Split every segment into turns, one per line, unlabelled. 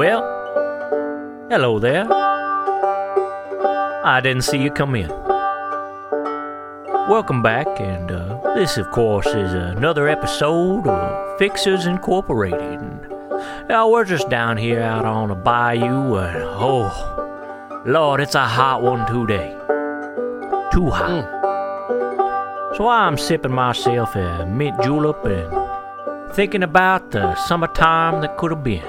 Well, hello there. I didn't see you come in. Welcome back, and uh, this, of course, is another episode of Fixers Incorporated. And, Now, we're just down here out on a bayou, and oh, Lord, it's a hot one today. Too hot.
Mm.
So I'm sipping myself a mint julep and thinking about the summertime that could have been.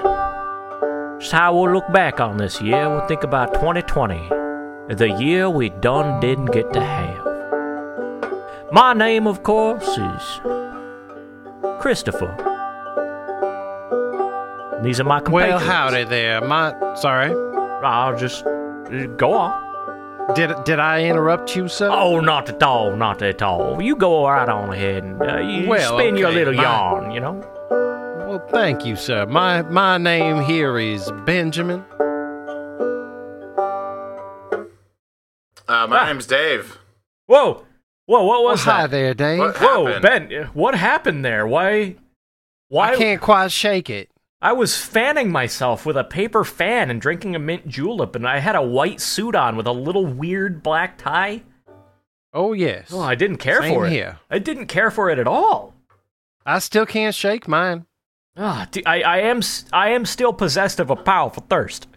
It's how we'll look back on this year. We'll think about 2020, the year we done didn't get to have. My name, of course, is Christopher. These are my
Well,
compatriots.
howdy there. My sorry.
I'll just uh, go on.
Did did I interrupt you, sir?
Oh, not at all, not at all. You go right on ahead and uh, you
Well,
spin your
okay,
little
my-
yarn, you know?
Well, thank you, sir. My my name here is Benjamin.
Uh, my
Ah.
name's Dave.
Whoa! Whoa, what
Well,
was
Oh, hi
that?
there, Dave.
What
Whoa,
happened?
Ben, uh, what happened there? Why? Why?
I can't quite shake it.
I was fanning myself with a paper fan and drinking a mint julep, and I had a white suit on with a little weird black tie.
Oh yes.
Oh, I didn't care
Same
for it.
here.
I didn't care for it at all.
I still can't shake mine.
Ah, d- I, I am s- I am still possessed of a powerful thirst,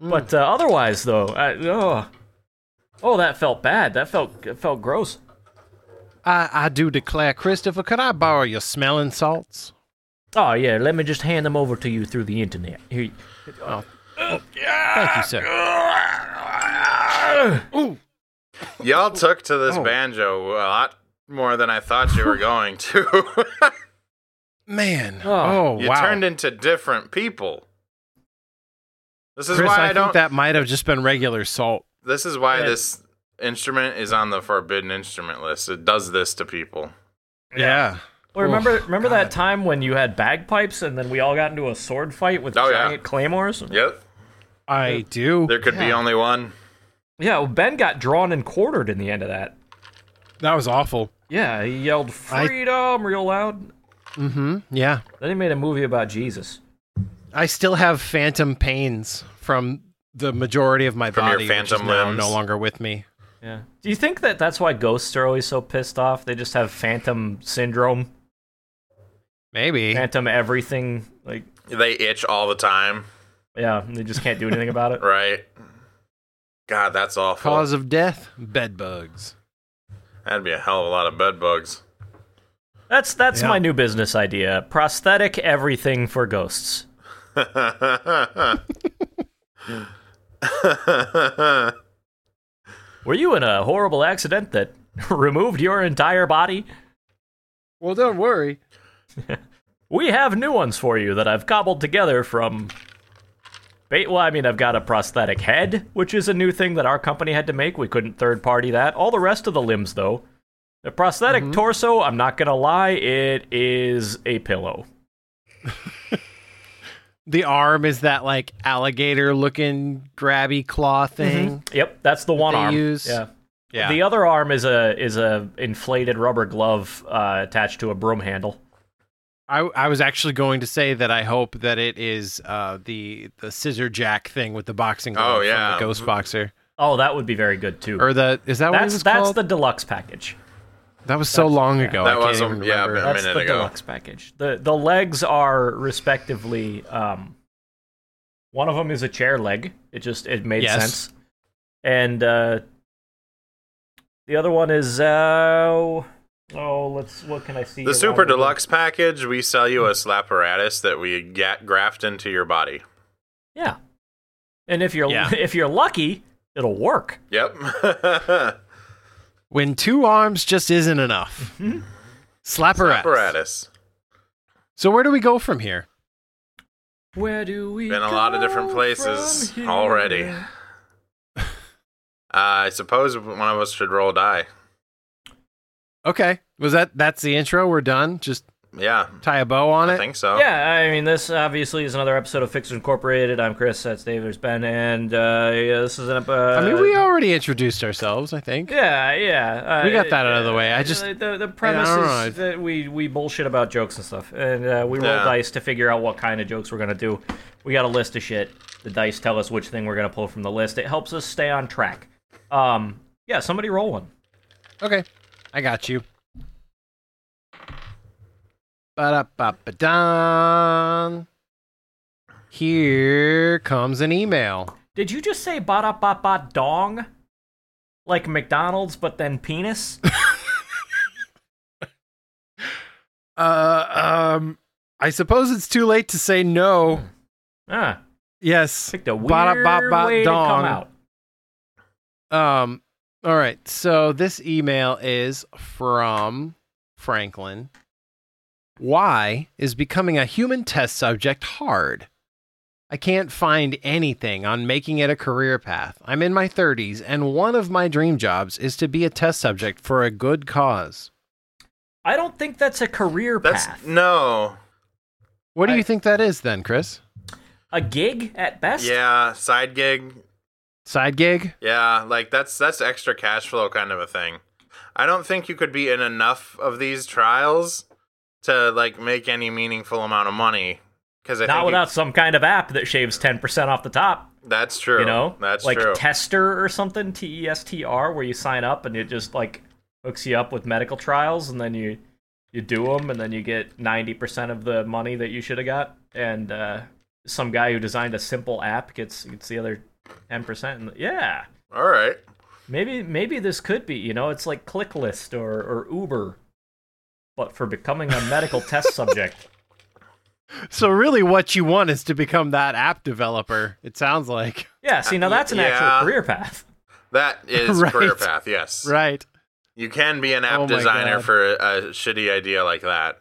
Mm.
but uh, otherwise though, I, oh, oh, that felt bad. That felt it felt gross.
I I do declare, Christopher. Could I borrow your smelling salts?
Oh yeah, let me just hand them over to you through the internet. Here, uh, oh. you-
Thank you, sir.
Y'all took to this
Oh.
banjo a lot more than I thought you were going to.
Man.
Oh.
Oh,
you
wow.
turned into different people. This is
Chris,
why I,
I
don't.
think that might have just been regular salt.
This is why
Yeah.
this instrument is on the forbidden instrument list. It does this to people.
Yeah.
Well, remember
Oof,
remember that time when you had bagpipes and then we all got into a sword fight with
Oh, yeah.
giant claymores?
Yep.
I do.
There could be only one.
Yeah, well, Ben got drawn and quartered in the end of that.
That was awful.
Yeah, he yelled
I-
freedom real loud.
Mm-hmm. Yeah.
Then he made a movie about Jesus.
I still have phantom pains from the majority of my
From your
body, which is
phantom
now
limbs.
no longer with me.
Yeah. Do you think that that's why ghosts are always so pissed off? They just have phantom syndrome,
Maybe.
phantom everything. Like,
They itch all the time,
yeah, they just can't do anything about it.
right? God, that's awful.
Cause of death: bed bugs.
That'd be a hell of a lot of bed bugs.
That's that's
Yeah.
my new business idea: prosthetic everything for ghosts. Were you in a horrible accident that removed your entire body?
Well, don't worry.
We have new ones for you that I've cobbled together from. Ba- Well, I mean, I've got a prosthetic head, which is a new thing that our company had to make. We couldn't third party that. All the rest of the limbs, though. The prosthetic
Mm-hmm.
torso, I'm not going to lie, it is a pillow.
The arm is that like alligator-looking grabby claw thing.
Yep, that's the one
they
arm.
use-
Yeah.
Yeah.
Mm-hmm. The other arm is a is a inflated rubber glove uh, attached to a broom handle.
I I was actually going to say that I hope that it is uh, the the scissor jack thing with the boxing glove
Oh,
from
yeah.
the ghost boxer
Oh, that would be very good too.
or the is that what it
that's
was
that's
called?
the deluxe package.
that was so long ago.
That
I
was
can't
a-
even
yeah,
remember.
but-
That's
minute
the
ago.
deluxe package. The the legs are respectively um one of them is a chair leg. It just it made
Yes.
sense. And uh the other one is uh oh, let's what can I see?
The
around
super
here?
deluxe package, we sell you a slapparatus that we get graft into your body.
Yeah. And if you're
Yeah.
if you're lucky, it'll work.
Yep.
When two arms just isn't enough. Slapparatus.
Apparatus.
So where do we go from here?
Where do we
Been a lot of
go
different places
from here?
already. Uh, I suppose one of us should roll a die.
Okay. Was that that's the intro? We're done. Just
Yeah,
Tie a bow on it.
I think so.
Yeah, I mean, this obviously is another episode of Fixers Incorporated. I'm Chris. That's Dave. There's Ben, and uh, yeah, this is an. Uh,
I mean, we already introduced ourselves. I think.
Yeah, yeah. Uh,
We got that
it-
out of the way. I
uh,
just-
the, the premise
know.
is that we we bullshit about jokes and stuff, and uh, we roll
Yeah.
dice to figure out what kind of jokes we're gonna do. We got a list of shit. The dice tell us which thing we're gonna pull from the list. It helps us stay on track. Um, yeah, somebody roll one.
Okay, I got you. Ba-da-ba-ba-dun. Here comes an email.
Did you just say ba da ba ba dong? Like McDonald's, but then penis?
Uh, um, I suppose it's too late to say no.
ah,
Yes.
picked a weird
Ba-da-ba-ba
way to
dong.
come out.
Um. All right. So this email is from Franklin. Why is becoming a human test subject hard? I can't find anything on making it a career path. I'm in my 30s, and one of my dream jobs is to be a test subject for a good cause.
I don't think that's a career
That's
path.
no.
What do
I-
you think that is then, Chris?
a gig at best.
Yeah, side gig.
Side gig?
Yeah, like that's that's extra cash flow kind of a thing. I don't think you could be in enough of these trials to like make any meaningful amount of money. Because I think
Not
you-
without some kind of app that shaves 10% off the top,
that's true.
you know?
that's
like
true.
Tester or something, T E S T R, where you sign up and it just like hooks you up with medical trials and then you you do them and then you get 90% of the money that you should have got and uh some guy who designed a simple app gets gets the other 10% and yeah.
All right.
Maybe maybe this could be, you know, it's like ClickList or or Uber but for becoming a medical test subject.
So, really, what you want is to become that app developer, it sounds like.
Yeah, see, now that's an
yeah.
actual career path.
That is
Right.
career path. Yes.
Right.
You can be an app
Oh my
designer
God.
for a, a shitty idea like that.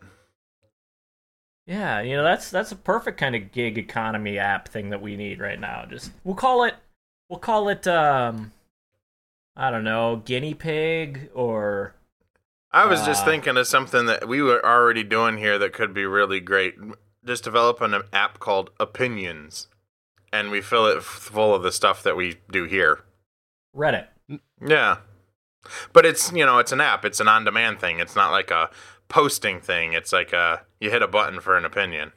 Yeah, you know that's that's a perfect kind of gig economy app thing that we need right now. Just we'll call it we'll call it um I don't know, guinea pig or
I was just
Uh,
thinking of something that we were already doing here that could be really great. Just develop an app called Opinions, and we fill it f- full of the stuff that we do here.
Reddit.
Yeah, but it's you know it's an app. It's an on-demand thing. It's not like a posting thing. It's like a you hit a button for an opinion.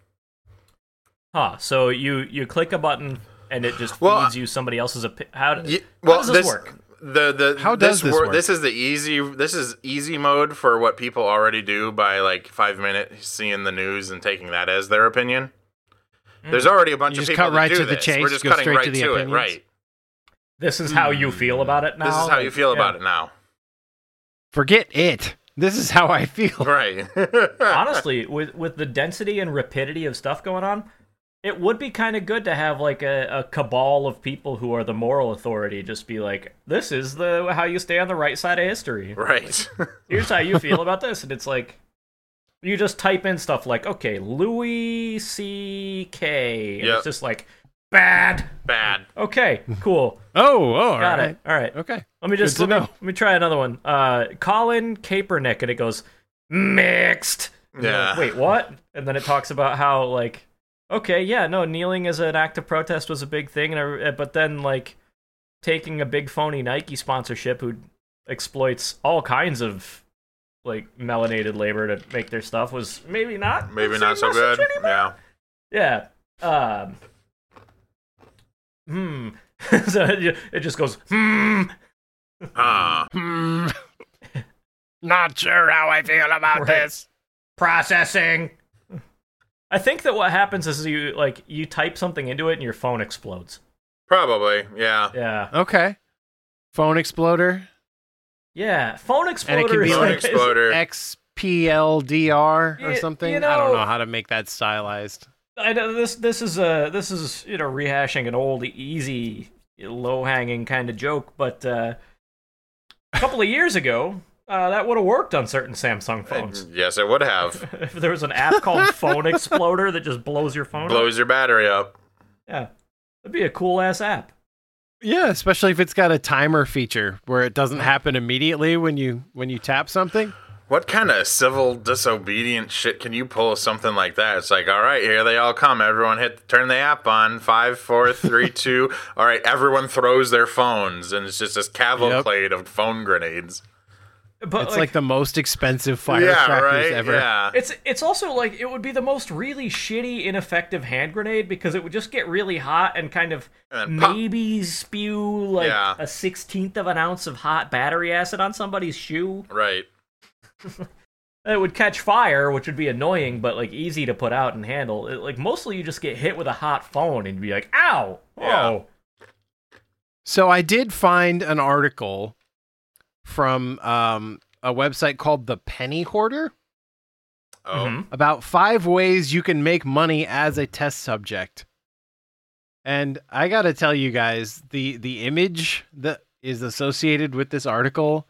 Huh, so you you click a button and it just
Well,
feeds you somebody else's opi- how, d-
Ye-
how does this, work?
The the
How does this
wor-
work?
This is the easy. This is easy mode for what people already do by like five minutes seeing the news and taking that as their opinion. There's already a bunch
Mm. You
of
just
people
cut
that
right
do
to the
this.
chase,
We're just
go
cutting
straight
right
to the
to it.
opinions?
Right.
This is how you feel about it now.
Hmm. This is how you feel about it now.
Forget it. This is how I feel.
Right.
honestly, with with the density and rapidity of stuff going on, it would be kind of good to have like a, a cabal of people who are the moral authority. Just be like, this is the how you stay on the right side of history.
right.
Here's how you feel about this, and it's like you just type in stuff like, okay, Louis C K. and
Yep.
It's just like bad.
Bad.
Okay, cool,
Oh, oh, all
got
right.
it. All right,
Okay.
let me just
Good
let
to
me,
know.
let me try another one. Uh, Colin Kaepernick, and it goes mixed. And you're
Yeah.
like, Wait, what? And then it talks about how like, okay, yeah, no, kneeling as an act of protest was a big thing, and every- but then like taking a big phony Nike sponsorship who exploits all kinds of like melanated labor to make their stuff was maybe not the
Maybe
same
not so
message
good.
anymore.
Yeah.
Yeah. Um. Hmm. so it ju- it just goes hmm.
Huh.
Hmm. Not sure how I feel about
Right.
this.
processing. I think that what happens is you like you type something into it and your phone explodes.
Probably. Yeah.
Yeah,
Okay. Phone exploder.
yeah. Phone
And
exploder.
it can be
is
Phone
like
is-
exploder.
XPLDR
Y-
or something.
you
I don't
know-
know how to make that stylized.
I know this. This is a this is you know rehashing an old easy low hanging kind of joke, but uh, a couple of years ago uh, that would have worked on certain Samsung phones.
Yes, it would have.
if there was an app called Phone Exploder that just blows your phone, up,
Blows your battery up.
yeah, that'd be a cool ass app.
Yeah, especially if it's got a timer feature where it doesn't happen immediately when you when you tap something.
What kind of civil disobedient shit can you pull something like that? It's like, all right, here they all come. Everyone hit turn the app on. Five, four, three, two. All right, everyone throws their phones, and it's just this cavalcade of phone grenades.
But
It's like, the most expensive firecrackers
yeah, right.
ever.
Yeah.
It's it's also like it would be the most really shitty, ineffective hand grenade because it would just get really hot and kind of
And then pop.
maybe spew like
Yeah.
a sixteenth of an ounce of hot battery acid on somebody's shoe.
Right.
It would catch fire, which would be annoying, but like easy to put out and handle. It, like mostly, you just get hit with a hot phone and be like, "Ow!"
Yeah.
Oh,
So I did find an article from um, a website called The Penny Hoarder
Oh.
Mhm.
about five ways you can make money as a test subject. And I got to tell you guys, the the image that is associated with this article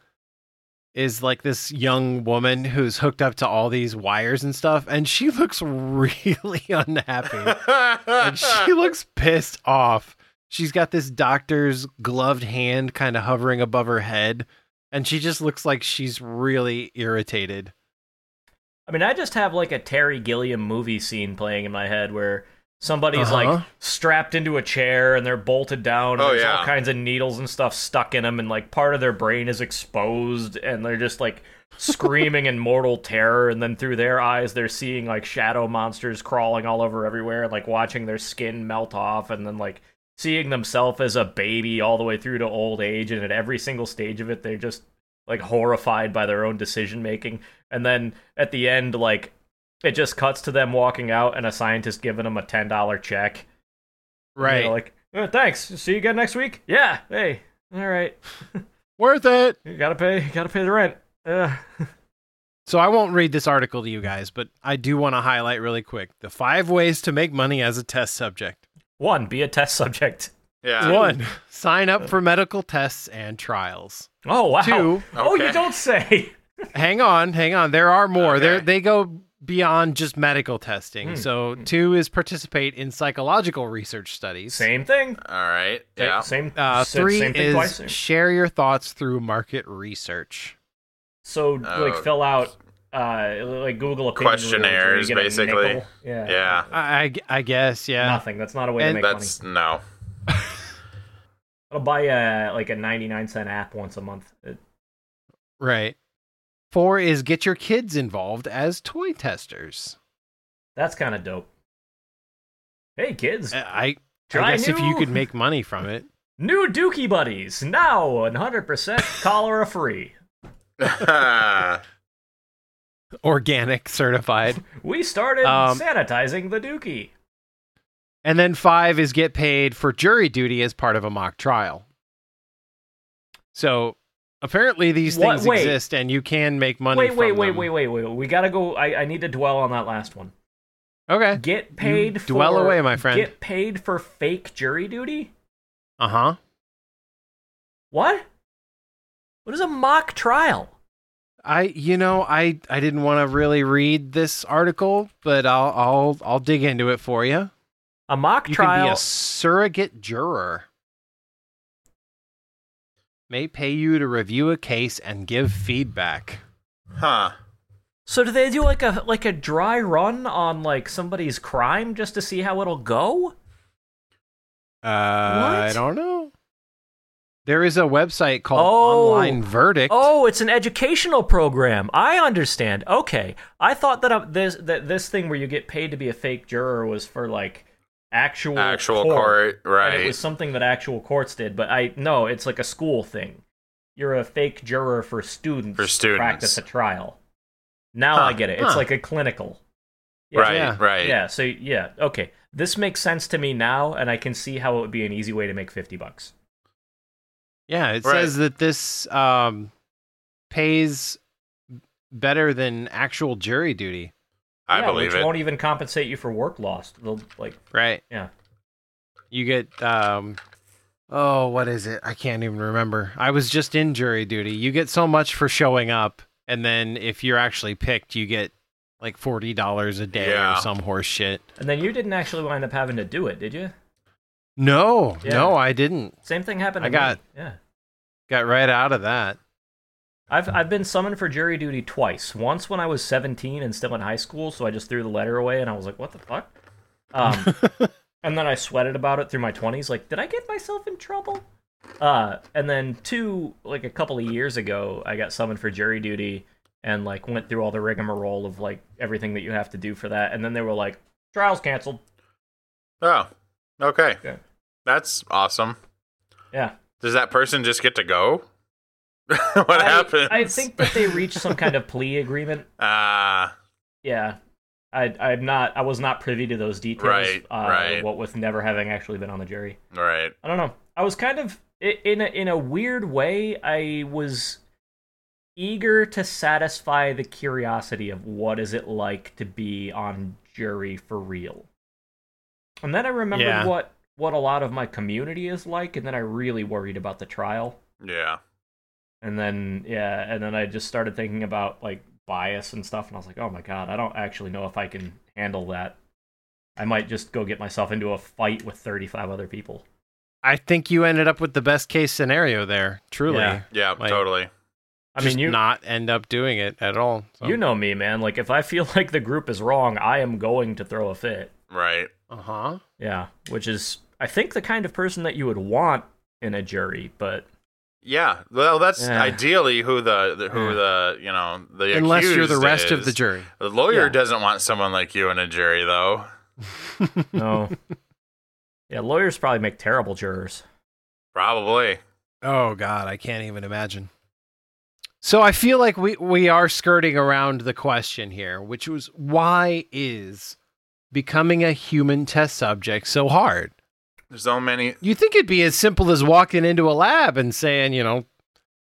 is like this young woman who's hooked up to all these wires and stuff and she looks really unhappy.
Mm-hmm.
and she looks pissed off. She's got this doctor's gloved hand kind of hovering above her head, and she just looks like she's really irritated.
I mean, I just have like a Terry Gilliam movie scene playing in my head where somebody's like
Uh-huh.
strapped into a chair and they're bolted down. And
Oh,
there's
yeah.
all kinds of needles and stuff stuck in them, and like part of their brain is exposed, and they're just like screaming in mortal terror. And then through their eyes, they're seeing like shadow monsters crawling all over everywhere, and like watching their skin melt off, and then like seeing themselves as a baby all the way through to old age. And at every single stage of it, they're just like horrified by their own decision making and then at the end like it just cuts to them walking out and a scientist giving them a $10 check And they're like "Uh, thanks see you again next week yeah hey all right
Worth it.
you gotta pay gotta pay the rent uh,
So I won't read this article to you guys, but I do want to highlight really quick the five ways to make money as a test subject.
one be a test subject
yeah.
One, sign up for medical tests and trials.
oh wow
Two.
oh you
Okay.
don't say
hang on, hang on. There are more.
Okay.
There they go beyond just medical testing.
Hmm.
So two is participate in psychological research studies.
same thing
All right.
Sa-
Yeah.
same
Uh,
sa-
three
same thing
is
twice
share your thoughts through market research.
so like
Oh.
fill out uh like google opinion
Questionnaires,
rulers where you get a
basically.
nickel. yeah
Yeah.
I, I, I guess, yeah.
nothing that's not a way
And
to make money
That's no.
I'll buy a like a 99 cent app once a month. It-
Right. Four is get your kids involved as toy testers.
That's kind of dope. Hey kids,
I, Uh, I
Try
guess if you
new-
could make money from it.
new Dookie Buddies now 100% cholera free.
Organic certified.
We started
Um,
sanitizing the Dookie.
And then five is get paid for jury duty as part of a mock trial. So apparently these
What-
things
wait.
exist and you can make money.
Wait, wait,
from
wait,
them.
wait, wait, wait. We gotta go. I, I need to dwell on that last one.
Okay.
Get paid. for,
dwell away, my friend.
Get paid for fake jury duty.
Uh huh.
What? What is a mock trial?
I you know I I didn't want to really read this article, but I'll I'll I'll dig into it for you.
A mock
You
trial.
can be a surrogate juror. May pay you to review a case and give feedback.
huh.
So do they do like a like a dry run on like somebody's crime just to see how it'll go?
Uh, I
What?
don't know. There is a website called
Oh.
Online Verdict.
Oh, it's an educational program. I understand. Okay, I thought that uh, this that this thing where you get paid to be a fake juror was for like actual
Actual
court.
court.
And
Right.
it was something that actual courts did, but I no, it's like a school thing. You're a fake juror for students
For
to
students.
practice a trial. Now
Huh,
I get it. It's
huh.
like a clinical.
right.
yeah.
Right.
Yeah, so yeah, okay. This makes sense to me now, and I can see how it would be an easy way to make 50 bucks.
Yeah, it
Right.
says that this um, pays better than actual jury duty.
I
yeah,
believe
which
it.
won't even compensate you for work lost. They'll, like,
Right.
yeah.
You get um oh, what is it? I can't even remember. I was just in jury duty. You get so much for showing up and then if you're actually picked, you get like $40 a day
Yeah.
or some horse shit.
And then you didn't actually wind up having to do it, did you?
No,
Yeah.
no, I didn't.
Same thing happened to
I got-
me. Yeah.
Got right out of that.
I've I've been summoned for jury duty twice. Once when I was 17 and still in high school, so I just threw the letter away and I was like, "What the fuck?" Um, and then I sweated about it through my 20s. Like, did I get myself in trouble? Uh, and then two, like a couple of years ago, I got summoned for jury duty and like went through all the rigmarole of like everything that you have to do for that. And then they were like, "Trial's canceled."
Oh, okay.
Yeah.
That's awesome.
Yeah.
Does that person just get to go? what
I,
happens?
I think that they reached some kind of plea agreement.
Ah,
Yeah. I, I'm not. I was not privy to those details.
Right,
uh,
right.
What with never having actually been on the jury.
right.
I don't know. I was kind of i- in a, in a weird way. I was eager to satisfy the curiosity of what is it like to be on jury for real. And then I remembered
Yeah.
what what a lot of my community is like, and then I really worried about the trial.
Yeah.
And then yeah, and then I just started thinking about like bias and stuff, and I was like, oh my god, I don't actually know if I can handle that. I might just go get myself into a fight with 35 other people.
I think you ended up with the best case scenario there. Truly,
Yeah.
Yeah,
Like-
totally.
I
Just
mean, you
not end up doing it at all. So.
You know me, man. Like if I feel like the group is wrong, I am going to throw a fit.
Right.
uh huh.
Yeah, which is I think the kind of person that you would want in a jury, but
Yeah. Well, that's
Yeah.
ideally who the, the who
Yeah.
the you know the
Unless you're the
accused
rest of
is.
the jury.
The lawyer
Yeah.
doesn't want someone like you in a jury, though.
no. yeah, lawyers probably make terrible jurors.
Probably.
Oh God, I can't even imagine. So I feel like we we are skirting around the question here, which was why is becoming a human test subject so hard?
There's so many.
You think it'd be as simple as walking into a lab and saying, you know,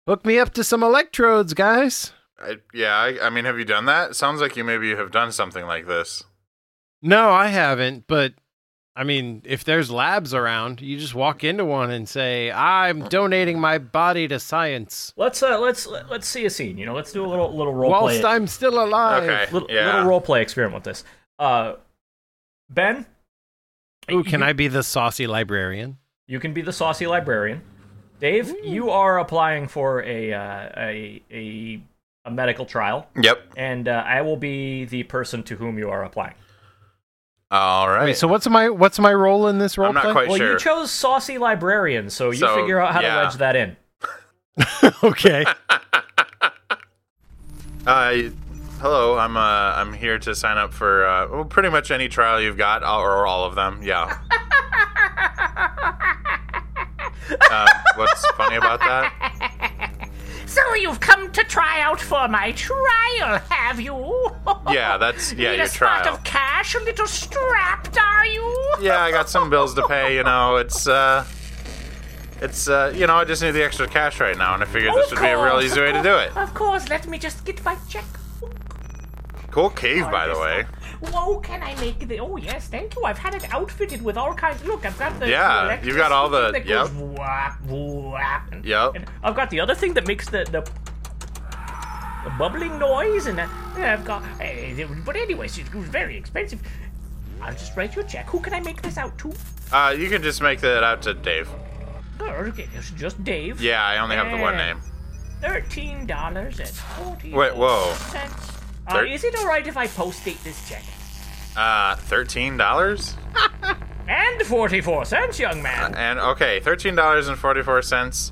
hook me up to some electrodes, guys?
I, yeah. I, I mean, have you done that? Sounds like you maybe have done something like this.
No, I haven't, but I mean, if there's labs around, you just walk into one and say, "I'm donating my body to science
Let's uh let's let's see a scene, you know. Let's do a little little role play.
whilst I'm still alive."
Okay.
little,
yeah.
little role play experiment with this. Uh Ben,
Ooh, can I be the saucy librarian?
you can be the saucy librarian. Dave, you are applying for a uh, a a a medical trial.
Yep.
and uh, I will be the person to whom you are applying.
All right.
Wait, so what's my what's my role in this role
I'm not
play?
quite
Well,
sure.
you chose saucy librarian, so you
So,
figure out how
yeah.
to wedge that in.
okay.
Uh, hello, I'm uh, I'm here to sign up for uh, well, pretty much any trial you've got, all- or all of them. Yeah. uh, what's funny about that?
So you've come to try out for my trial, have you?
Yeah, that's yeah
Need
your
a spot
trial.
of cash, a little strapped, are you?
Yeah, I got some bills to pay. You know, it's uh, it's uh, you know, I just need the extra cash right now, and I figured this would
Of
be a real
course,
easy
of
way to do
course,
it.
Of course, let me just get my checkbook.
Cool cave, by the
this
way.
Whoa, can I make the? Oh yes, thank you. I've had it outfitted with all kinds. Look, I've got the.
Yeah,
the electric
you've got all the-
thing that
yep.
Goes whap, whap, and,
Yep.
and
I've got the other thing that makes the the, the bubbling noise, and uh,
I've got. eh, but anyways, it was very expensive. I'll just write you a check. Who can I make this out to?
Uh, you can just make that out to Dave.
Girl, okay, it's just Dave.
Yeah, I only have the one
Yeah.
name.
Thirteen dollars and forty.
Wait, whoa.
Cents. Uh,
Thir-
is it all right if I post date this check?
Uh, thirteen dollars.
And forty-four cents, young man.
And okay, thirteen dollars and forty four cents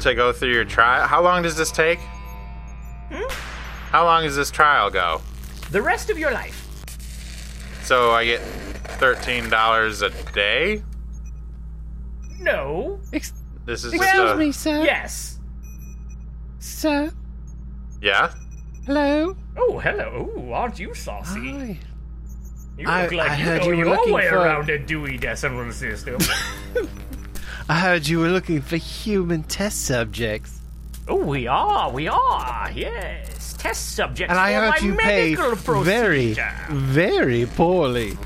to go through your trial. How long does this take? How long does this trial go?
the rest of your life.
So I get thirteen dollars a day.
No.
Ex-
This is just
excuse
a,
me, sir.
Yes.
Sir.
yeah.
Hello.
Oh, hello. Ooh, aren't you saucy?
Hi.
You
Ah, I-
look like
I
you
heard
know
you were
your
looking
way
for-
around a Dewey Decimal System.
I heard you were looking for human test subjects.
oh, we are. We are. Yes. Test subjects
And I
for
heard
my
you pay
medical
very,
procedure.
very poorly.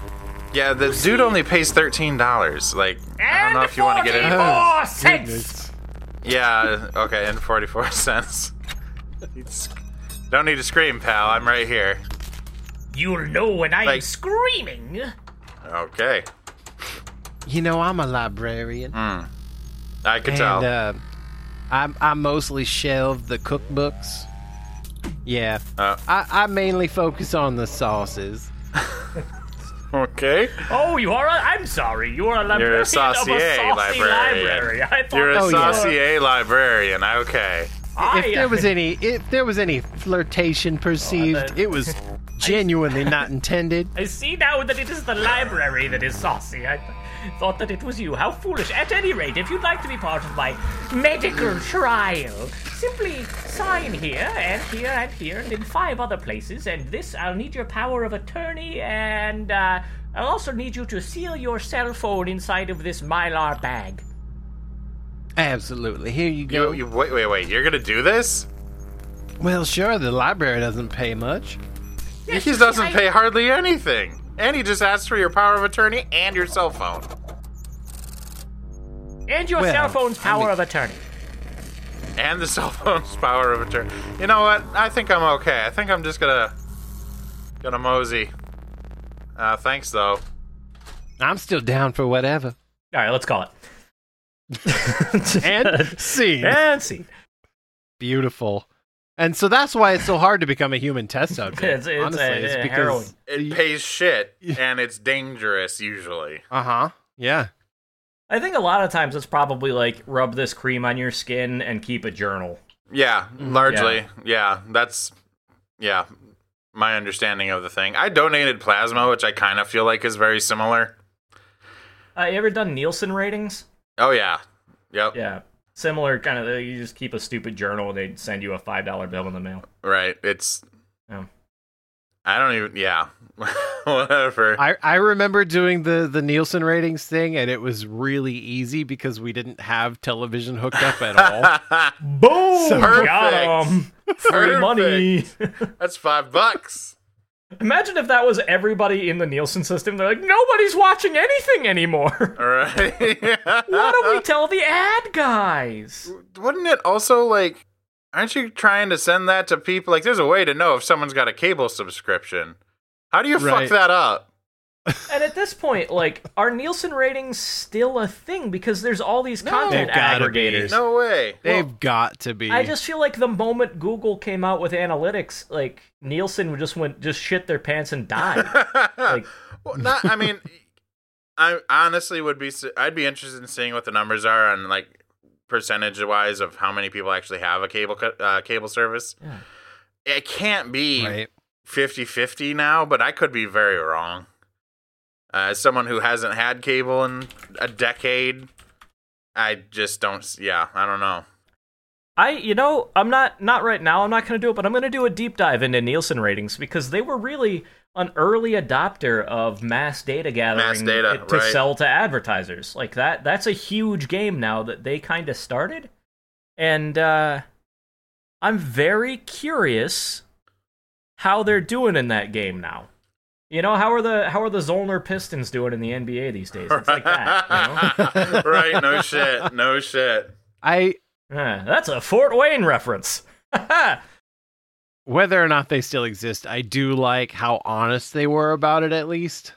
Yeah, the dude only pays thirteen dollars. Like I don't
And
know if you want to get
$40.
it.
Oh,
Oh,
sense.
goodness.
Yeah, okay, and forty four cents. It's- don't need to scream, pal. I'm right here.
You'll know when I'm
Like-
screaming.
Okay,
You know, I'm a librarian.
I could
and
tell.
uh, I I mostly shelve the cookbooks. Yeah,
Uh.
I I mainly focus on the sauces.
Okay.
Oh, you are. A, I'm sorry. You are a librarian
You're a
of a
saucier
saucy
librarian.
library. I thought
You're a
Oh, yeah.
saucier librarian. Okay.
I,
if there was any if there was any flirtation perceived,
bet.
it was genuinely not intended.
I see now that it is the library that is saucy. I thought that it was you. How foolish. At any rate, if you'd like to be part of my medical trial, simply sign here and here and here and in five other places. And this, I'll need your power of attorney, and uh, I'll also need you to seal your cell phone inside of this mylar bag.
Absolutely. Here you go.
You, you wait, wait, wait. You're gonna do this?
well, sure, the library doesn't pay much.
He doesn't pay hardly anything, and he just asks for your power of attorney and your cell phone.
And your
Well,
cell phone's
I
power
mean-
of attorney.
and the cell phone's power of attorney. You know what? I think I'm okay. I think I'm just gonna gonna mosey. Uh, thanks though.
I'm still down for whatever.
All right, let's call it.
And see,
and see.
beautiful. And so that's why it's so hard to become a human test subject.
It's- it's
honestly,
a-
it's
a heroin.
because
It pays shit, and it's dangerous usually.
uh huh, yeah.
I think a lot of times it's probably like rub this cream on your skin and keep a journal.
Yeah, largely. Yeah. that's yeah my understanding of the thing. I donated plasma, which I kind of feel like is very similar.
Uh, you ever done Nielsen ratings?
Oh yeah, yep,
Yeah. Similar kind of, you just keep a stupid journal and they send you a $5 bill in the mail.
right. It's
Yeah.
I don't even. Yeah, whatever.
I, I remember doing the, the Nielsen ratings thing, and it was really easy because we didn't have television hooked up at all.
Boom! Got
Perfect.
'em! Free money!
That's five bucks.
Imagine if that was everybody in the Nielsen system. They're like, nobody's watching anything anymore.
All right.
Why don't we tell the ad guys?
Wouldn't it also like? Aren't you trying to send that to people? Like, there's a way to know if someone's got a cable subscription. How do you
Right.
fuck that up?
And at this point, like, are Nielsen ratings still a thing? Because there's all these content
They've gotta be.
aggregators.
No way.
They've got to be.
I just feel like the moment Google came out with analytics, like Nielsen just went just shit their pants and died. like,
well, not. I mean, I honestly would be. s- I'd be interested in seeing what the numbers are on like percentage wise of how many people actually have a cable co- uh, cable service.
Yeah.
It can't be
right.
50-50 now, but I could be very wrong. Uh, as someone who hasn't had cable in a decade, I just don't. s- Yeah, I don't know.
I, you know, I'm not not right now. I'm not going to do it, but I'm going to do a deep dive into Nielsen ratings because they were really an early adopter of mass data gathering
data,
to
right.
sell to advertisers. Like that, that's a huge game now that they kind of started, and uh, I'm very curious how they're doing in that game now. You know how are the how are the Zollner Pistons doing in the NBA these days? It's like that. You know?
right? No shit. No shit.
I
Yeah, that's a Fort Wayne reference.
whether or not they still exist, I do like how honest they were about it at least.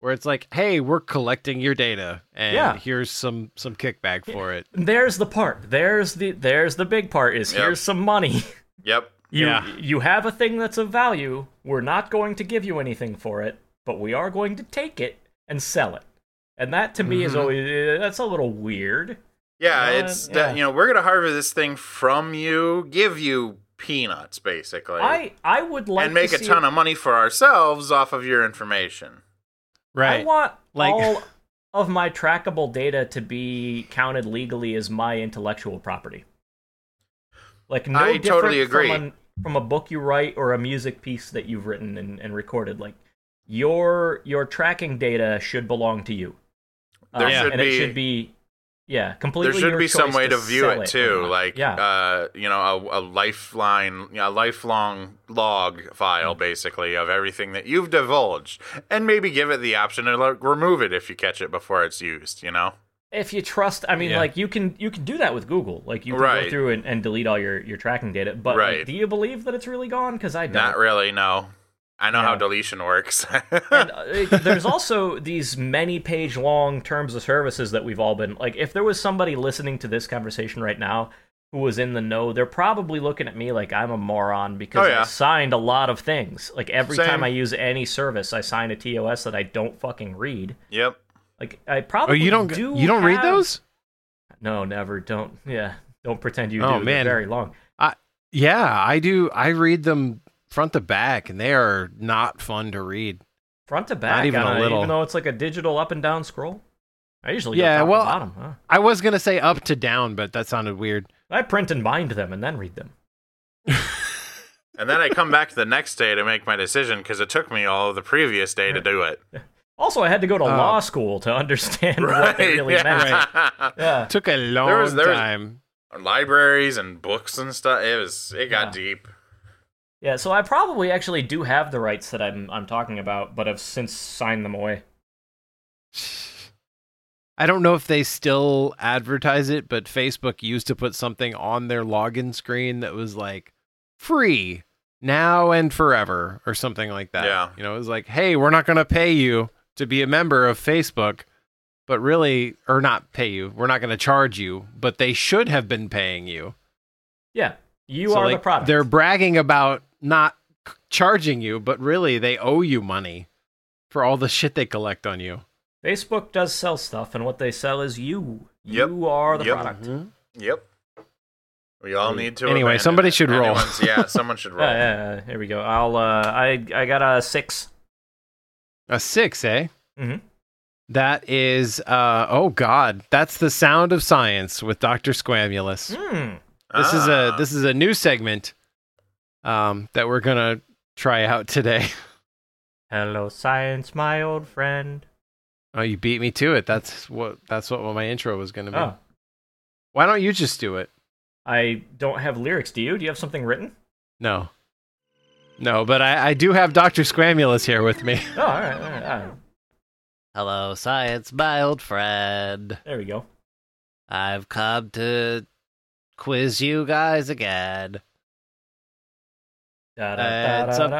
Where it's like, hey, we're collecting your data and
Yeah.
here's some some kickback for it.
there's the part there's the there's the big part is
Yep.
here's some money
Yep.
you
Yeah.
you have a thing that's of value we're not going to give you anything for it but we are going to take it and sell it and that to me is
Mm-hmm.
always that's a little weird
Yeah,
You know
it's
what?
that.
Yeah.
You know, we're gonna harvest this thing from you, give you peanuts, basically,
i i would like
and make
to
a
see-
ton of money for ourselves off of your information.
Right.
i want
Like-
all of my trackable data to be counted legally as my intellectual property like no
I
different
totally agree.
From, an, from a book you write or a music piece that you've written and, and recorded like your your tracking data should belong to you
There
Uh,
should
and
be-
it should be yeah completely
there should
your
be some
choice
way to view
sell
it
or
too
not.
like
yeah
uh you know a, a lifeline you know, a lifelong log file
Mm.
basically of everything that you've divulged and maybe give it the option to like, remove it if you catch it before it's used you know
if you trust i mean
Yeah.
like you can you can do that with google like you can
Right.
go through and, and delete all your your tracking data but like,
Right.
do you believe that it's really gone because i don't
not really no I know how deletion works.
and uh, there's also these many page long terms of services that we've all been like if there was somebody listening to this conversation right now who was in the know they're probably looking at me like i'm a moron because
Oh, yeah.
i signed a lot of things like every
Same.
time i use any service i sign a tos that i don't fucking read
yep.
like i
Oh,
probably
you don't
do
you don't read
have-
those?
no never don't yeah don't pretend you
Oh,
do
man.
They're very long
Yeah, I do. I read them front to back, and they are not fun to read.
front to back
even
on
a little.
even though it's like a digital up and down scroll i usually go
Yeah,
top
well,
to bottom huh?
I was gonna say up to down, but that sounded weird.
i print and bind them and then read them
And then I come back the next day to make my decision because it took me all of the previous day to do it.
Also, I had to go to
Oh.
law school to understand what
Right?
they really meant.
yeah.
Yeah.
Took a long
was- there was-
time.
Libraries and books and stuff. It was. It got deep.
yeah, so I probably actually do have the rights that I'm I'm talking about, but have since signed them away.
I don't know if they still advertise it, but Facebook used to put something on their login screen that was like free now and forever or something like that.
Yeah.
You know, it was like, hey, we're not gonna pay you to be a member of Facebook, but really or not pay you. We're not gonna charge you, but they should have been paying you.
Yeah, you
So,
are
like,
the product.
They're bragging about not c- charging you, but really they owe you money for all the shit they collect on you.
Facebook does sell stuff, and what they sell is you.
Yep.
You are the
Yep.
product.
Yep. We all need to.
Anyway,
abandon
somebody
it.
should roll.
Anyone's- yeah, someone should roll.
Yeah, yeah, yeah, here we go. I'll uh, I I got a six.
A six, eh?
Mhm.
That is, uh, oh God, that's the sound of science with Doctor Squamulus.
Hmm.
This is a
Ah.
this is a new segment um, that we're gonna try out today.
Hello, science, my old friend.
Oh, you beat me to it. That's what that's what my intro was gonna be.
Oh,
Why don't you just do it?
I don't have lyrics. Do you? Do you have something written?
No, no, but I, I do have Doctor Squamulus here with me.
Oh, all right, all right, all right.
Hello, science, my old friend.
There we go.
I've come to quiz you guys again.
Da,
Uh, it's up-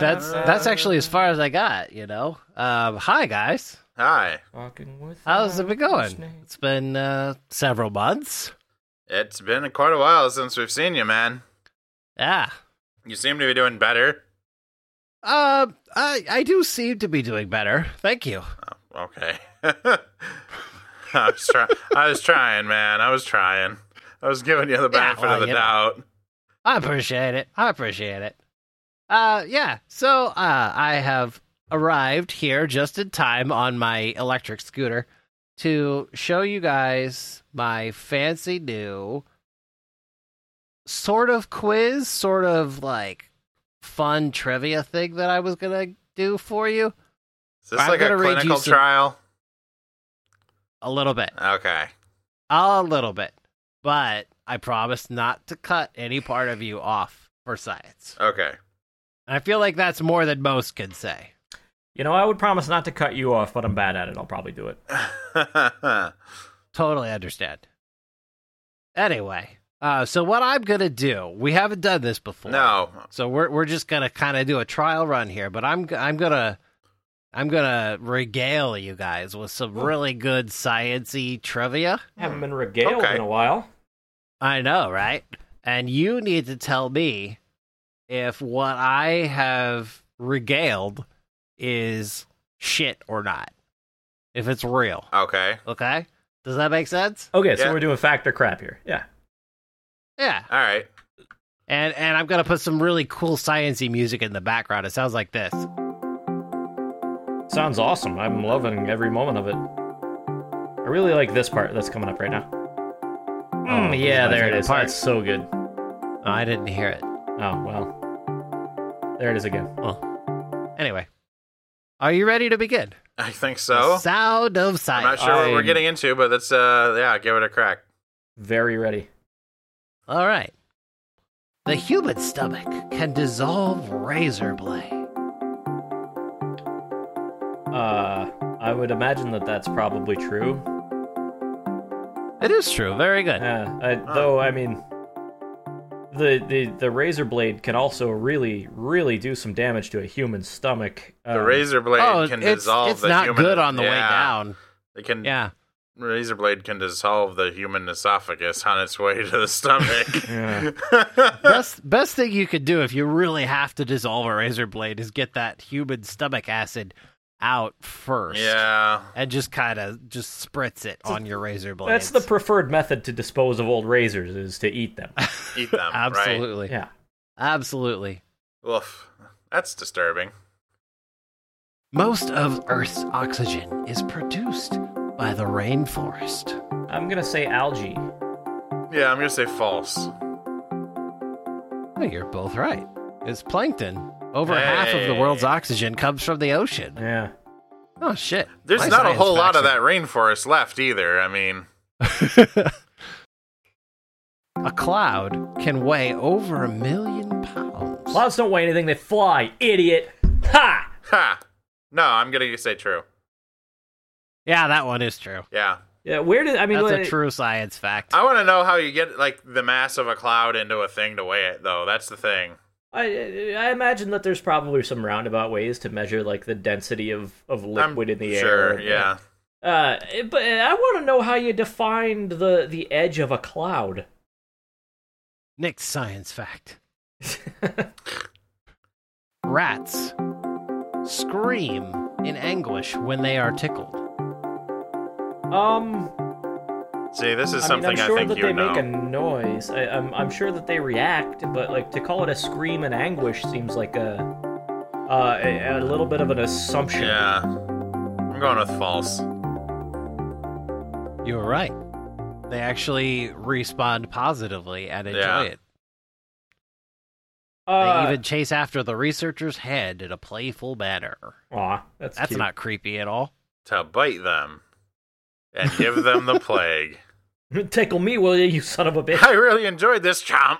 That's that's actually as far as I got, you know. Um, hi guys,
Hi.
Fucking with
how's it
a
been going?
snake.
It's been uh, several months.
It's been quite a while since we've seen you, man.
Yeah,
You seem to be doing better.
um, I I do seem to be doing better. Thank you.
Oh, Okay. I was trying. I was trying, man. I was trying. I was giving you the benefit
well,
of the
you know.
doubt.
I appreciate it. I appreciate it. Uh, yeah. So, uh, I have arrived here just in time on my electric scooter to show you guys my fancy new sort of quiz, sort of like fun trivia thing that I was gonna do for you
Is this
I'm
like a
gonna read you
clinical
some-
trial?
a little bit.
Okay.
A little bit. But I promise not to cut any part of you off for science.
Okay.
And I feel like that's more than most can say.
You know, I would promise not to cut you off, but I'm bad at it. I'll probably do it.
Totally understand. Anyway, uh, so what I'm gonna do, we haven't done this before.
no.
So we're we're just gonna kind of do a trial run here, but I'm g- I'm gonna I'm gonna regale you guys with some really good sciency trivia.
haven't been regaled
Okay.
in a while.
I know, right? And you need to tell me if what I have regaled is shit or not. If it's real,
Okay.
okay? Does that make sense?
Okay,
Yeah.
so we're doing fact or crap here. Yeah.
Yeah.
All right.
And and I'm gonna put some really cool sciency music in the background. It sounds like this. Oh,
Sounds awesome. I'm loving every moment of it. I really like this part that's coming up right now. Mm,
this is
yeah,
my
there it
favorite
is.
part.
That's so good.
Oh, I didn't hear it.
Oh, well. There it is again.
Anyway, are you ready to begin?
I think
The
so.
sound of
I'm not
science.
sure what we're
I'm-
getting into, but let's uh yeah, give it a crack.
Very ready.
All right. The human stomach can dissolve razor blade.
Uh, I would imagine that that's probably true.
It is true. Very good.
Yeah, I, though I mean, the, the the razor blade can also really really do some damage to a human stomach.
The
Um,
razor blade
oh,
can
it's,
dissolve
it's
the
not
human.
good on the way
yeah.
down.
It can
Yeah.
razor blade can dissolve the human esophagus on its way to the stomach.
Yeah.
best best thing you could do if you really have to dissolve a razor blade is get that human stomach acid out first.
yeah.
And just kind of just spritz it on your razor blade.
That's the preferred method to dispose of old razors is to eat them.
Eat them. Um, Right?
absolutely,
Yeah.
absolutely.
Oof. That's disturbing.
Most of Earth's oxygen is produced by the rainforest.
I'm going to say algae.
Yeah, I'm gonna say false.
Oh, you're both right. It's plankton. Over half of the world's
Hey.
oxygen comes from the ocean.
Yeah.
Oh shit!
There's
My
not a
science
whole lot
facts
of
are-
that rainforest left either. I mean,
A cloud can weigh over a million pounds.
Clouds don't weigh anything, they fly, idiot. Ha!
ha. No, I'm gonna say true.
Yeah, that one is true.
Yeah.
Yeah, where did I mean
That's a
like-
true science fact.
I want to know how you get like the mass of a cloud into a thing to weigh it, though. That's the thing.
I I imagine that there's probably some roundabout ways to measure like the density of of
I'm
liquid in the air.
sure, Yeah.
Uh, but I want to know how you defined the the edge of a cloud.
Nick's science fact. Rats scream in anguish when they are tickled.
Um,
See, this is
I mean,
something
I'm sure
I think
that
you
they
would know.
make a noise. I, I'm I'm sure that they react, but like to call it a scream in anguish seems like a uh, a, a little bit of an assumption.
Yeah. I'm going with false.
You were right. They actually respond positively and enjoy
Yeah.
it. They
Uh,
even chase after the researcher's head in a playful manner.
aw, that's
That's
cute.
not creepy at all.
To bite them and give them the plague.
tickle me, will you, you son of a bitch?
I really enjoyed this chomp.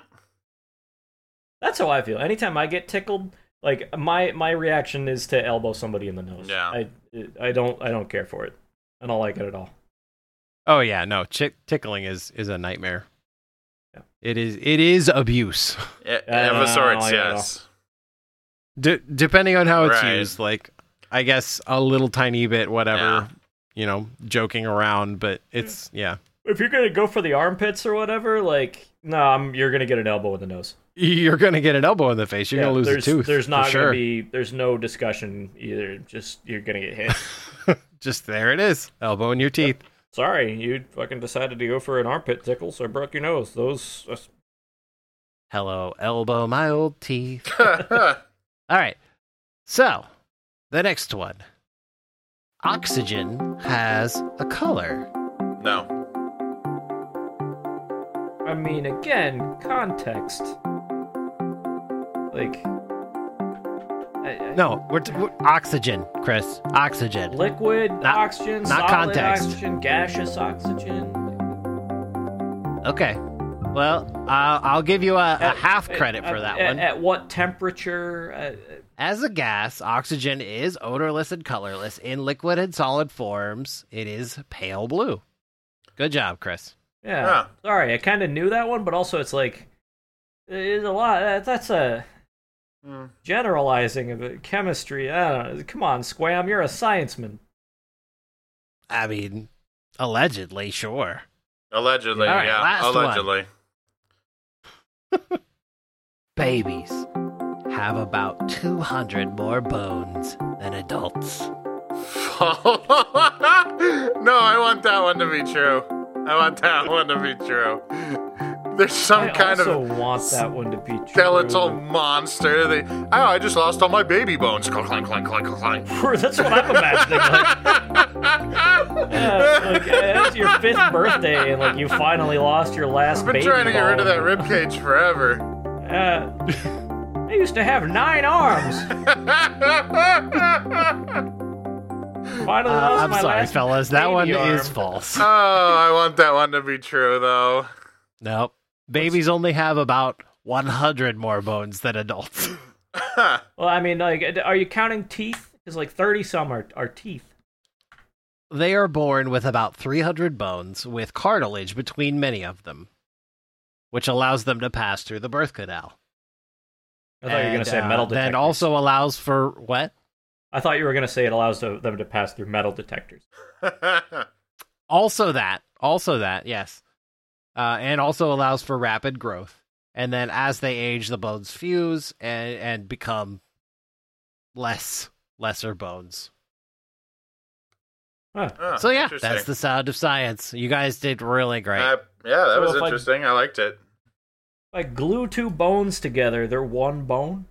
That's how I feel. Anytime I get tickled, like my my reaction is to elbow somebody in the nose.
Yeah.
I I don't I don't care for it. I don't like it at all.
Oh yeah, no, chick- tickling is is a nightmare.
Yeah.
It is it is abuse.
Yeah,
Yeah,
of
no,
a sort,
no, no, no.
E-, yes.
De- depending on how it's
Right.
used, like I guess a little tiny bit, whatever,
Yeah.
you know, joking around, but it's
Mm.
yeah,
If you're gonna go for the armpits or whatever, like no, I'm, you're gonna get an elbow in the nose.
you're gonna get an elbow in the face. You're
Yeah,
gonna lose a
there's,
tooth.
There's
for
not
sure.
gonna be there's no discussion either. Just you're gonna get hit.
Just there it is, elbow in your teeth.
Sorry, you fucking decided to go for an armpit tickle, so I broke your nose. Those uh, that's-
Hello, elbow, my old teeth.
yeah.
All right. So, the next one. Oxygen has a color.
no.
I mean, again, context. Like, I- I-
No, we're, t- we're- oxygen, Chris. Oxygen.
liquid
Not-
oxygen, solid
not context.
oxygen, gaseous oxygen.
Okay. Well, I'll I'll give you a, a
At-
half credit for
at-
that
at-
one.
At what temperature? Uh,
As a gas, oxygen is odorless and colorless. In liquid and solid forms, it is pale blue. Good job, Chris.
yeah.
Huh.
Sorry, I kind of knew that one, but also it's like it's a lot. that- That's a
Hmm.
generalizing of it. chemistry. I don't know. Come on, Squam, you're a scienceman.
I mean, allegedly, sure.
Allegedly,
All right,
yeah.
last one.
Allegedly.
Babies have about 200 more bones than adults.
Uh,
False. no, I want that one to be true. I want that one to be true. There's some
I
kind
also
of
want that one to be true.
skeletal monster. That, oh, I just lost all my baby bones. Clunk, clunk, clunk, clunk, clunk.
That's what I'm imagining. Like, yeah, like, it's your fifth birthday, and like you finally lost your last.
I've been
baby
trying to get rid of
bone.
that rib cage forever.
Uh, I used to have nine arms.
Oh,
Finally,
Uh,
lost
I'm
my
sorry,
last
fellas. That
baby
one
arm. Uh,
is false.
oh, I want that one to be true, though.
Nope. Babies only have about 100 more bones than adults.
Well, I mean, like, are you counting teeth? Because like thirty some are are teeth.
They are born with about 300 bones with cartilage between many of them. which allows them to pass through the birth canal.
I thought you were
And,
gonna say
uh,
metal detectors.
Then also allows for what?
I thought you were gonna say it allows to- them to pass through metal detectors.
Also that. Also that. Yes. Uh, and also allows for rapid growth. And then as they age, the bones fuse and and become less lesser bones.
Huh,
so yeah,
interesting.
that's the sound of science. You guys did really great.
Uh, yeah, that
So
was
if I-
interesting. I... liked it.
Like glue two bones together, they're one bone.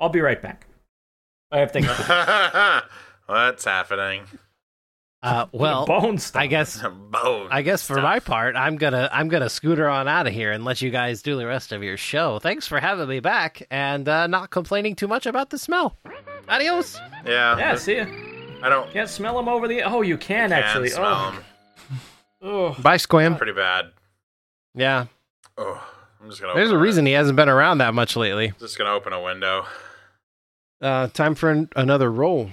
I'll be right back. I have things. to do.
What's happening?
Uh, well,
bone stuff.
I guess
Bones.
I guess for my part, I'm gonna I'm gonna scooter on out of here and let you guys do the rest of your show. Thanks for having me back and uh, not complaining too much about the smell. Adios.
Yeah,
Yeah, see ya.
I don't
Can't smell them over the. Oh, you can
can
actually.
smell
oh,
'em.
Ugh.
Bye, Squam.
Pretty bad.
Yeah,
Oh, I'm just gonna.
there's a
open
reason he hasn't been around that much lately.
Just gonna open a window.
Uh, time for an- another roll.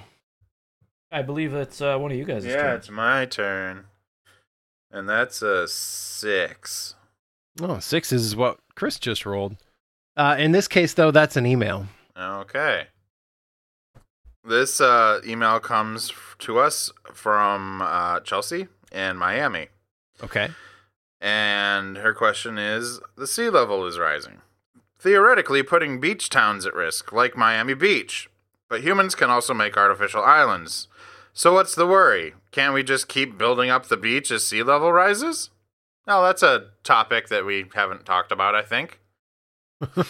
I believe it's uh, one of you guys.
Yeah, it's my turn, and that's a six.
Oh, six is what Chris just rolled. Uh, in this case, though, that's an email.
Okay. This uh, email comes f- to us from uh, Chelsea in Miami.
Okay.
And her question is the sea level is rising, theoretically putting beach towns at risk, like Miami Beach. But humans can also make artificial islands. So what's the worry? Can't we just keep building up the beach as sea level rises? Now, that's a topic that we haven't talked about, I think.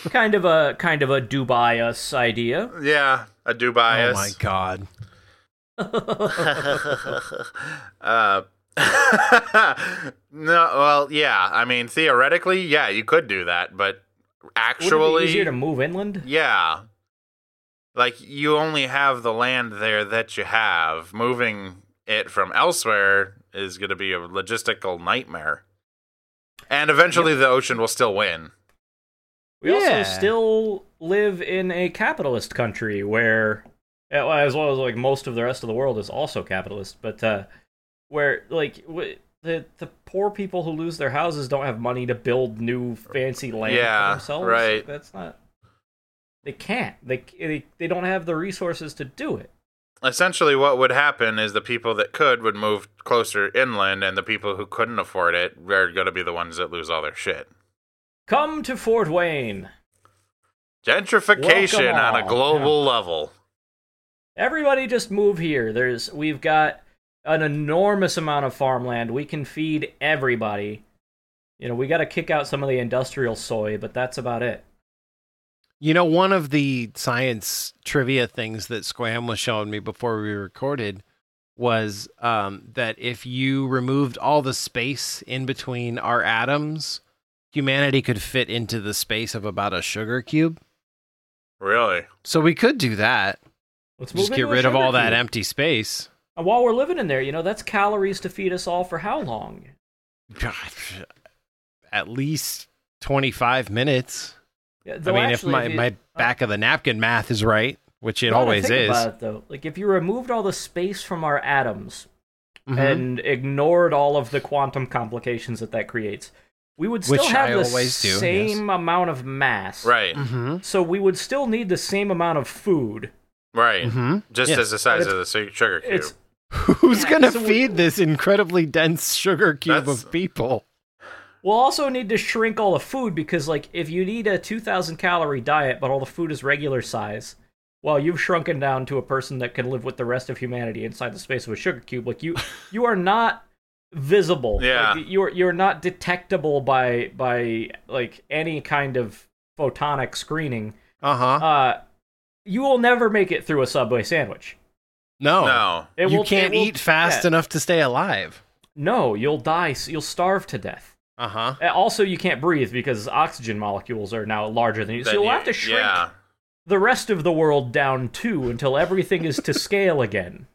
kind of a kind of a Dubai us idea.
Yeah, I do
Oh my
bias.
God.
uh, no, well, yeah. I mean, theoretically, yeah, you could do that, but
Would it be
actually,
easier to move inland?
Yeah. Like you only have the land there that you have. Moving it from elsewhere is going to be a logistical nightmare. And eventually the ocean will still win.
We
Yeah.
also still live in a capitalist country where, as well as like most of the rest of the world, is also capitalist. But uh, where like w- the the poor people who lose their houses don't have money to build new fancy land
Yeah,
for themselves.
right.
Like, that's not. They can't. They, they they don't have the resources to do it.
Essentially what would happen is the people that could would move closer inland and the people who couldn't afford it are going to be the ones that lose all their shit.
Come to Fort Wayne.
Gentrification
Welcome
on a
all.
global level.
everybody just move here there's we've got an enormous amount of farmland we can feed everybody you know we got to kick out some of the industrial soy but that's about it
You know, one of the science trivia things that Squam was showing me before we recorded was um, that if you removed all the space in between our atoms, humanity could fit into the space of about a sugar cube.
Really?
So we could do that.
let's move
Just get
into a
rid of all
sugar
that
cube.
empty space.
and while we're living in there you know that's calories to feed us all for how long
At least 25 minutes.
Yeah,
I
though
mean,
actually,
if
you- uh,
my, my back of the napkin math is right, which it
now that I
always
think
is.
about it, though like if you removed all the space from our atoms
Mhm.
and ignored all of the quantum complications that that creates we would still
Which
have
I
the
always do, yes.
same amount of mass
Right.
Mhm.
So we would still need the same amount of food.
Right.
Mhm.
Just
Yes.
as the size
But
of the su- sugar cube.
Mm-hmm. It's
Who's
Yeah,
gonna
so we-
feed this incredibly dense sugar cube
That's-
of people?
we'll also need to shrink all the food because like if you need a 2000 calorie diet but all the food is regular size, well you've shrunken down to a person that can live with the rest of humanity inside the space of a sugar cube. Like you you are not visible.
Yeah.
Like, you're you're not detectable by by like any kind of photonic screening.
Uh huh.
Uh-huh.
Uh you will never make it through a subway sandwich.
No,
No.
It
you
will,
can't
it will-
eat fast
yeah.
enough to stay alive.
No, you'll die. s- You'll starve to death.
Uh
Uh-huh.
huh.
Uh, Also, you can't breathe because oxygen molecules are now larger than you. so
Then
you'll
you-
have to shrink
Yeah.
the rest of the world down too until everything is to scale again.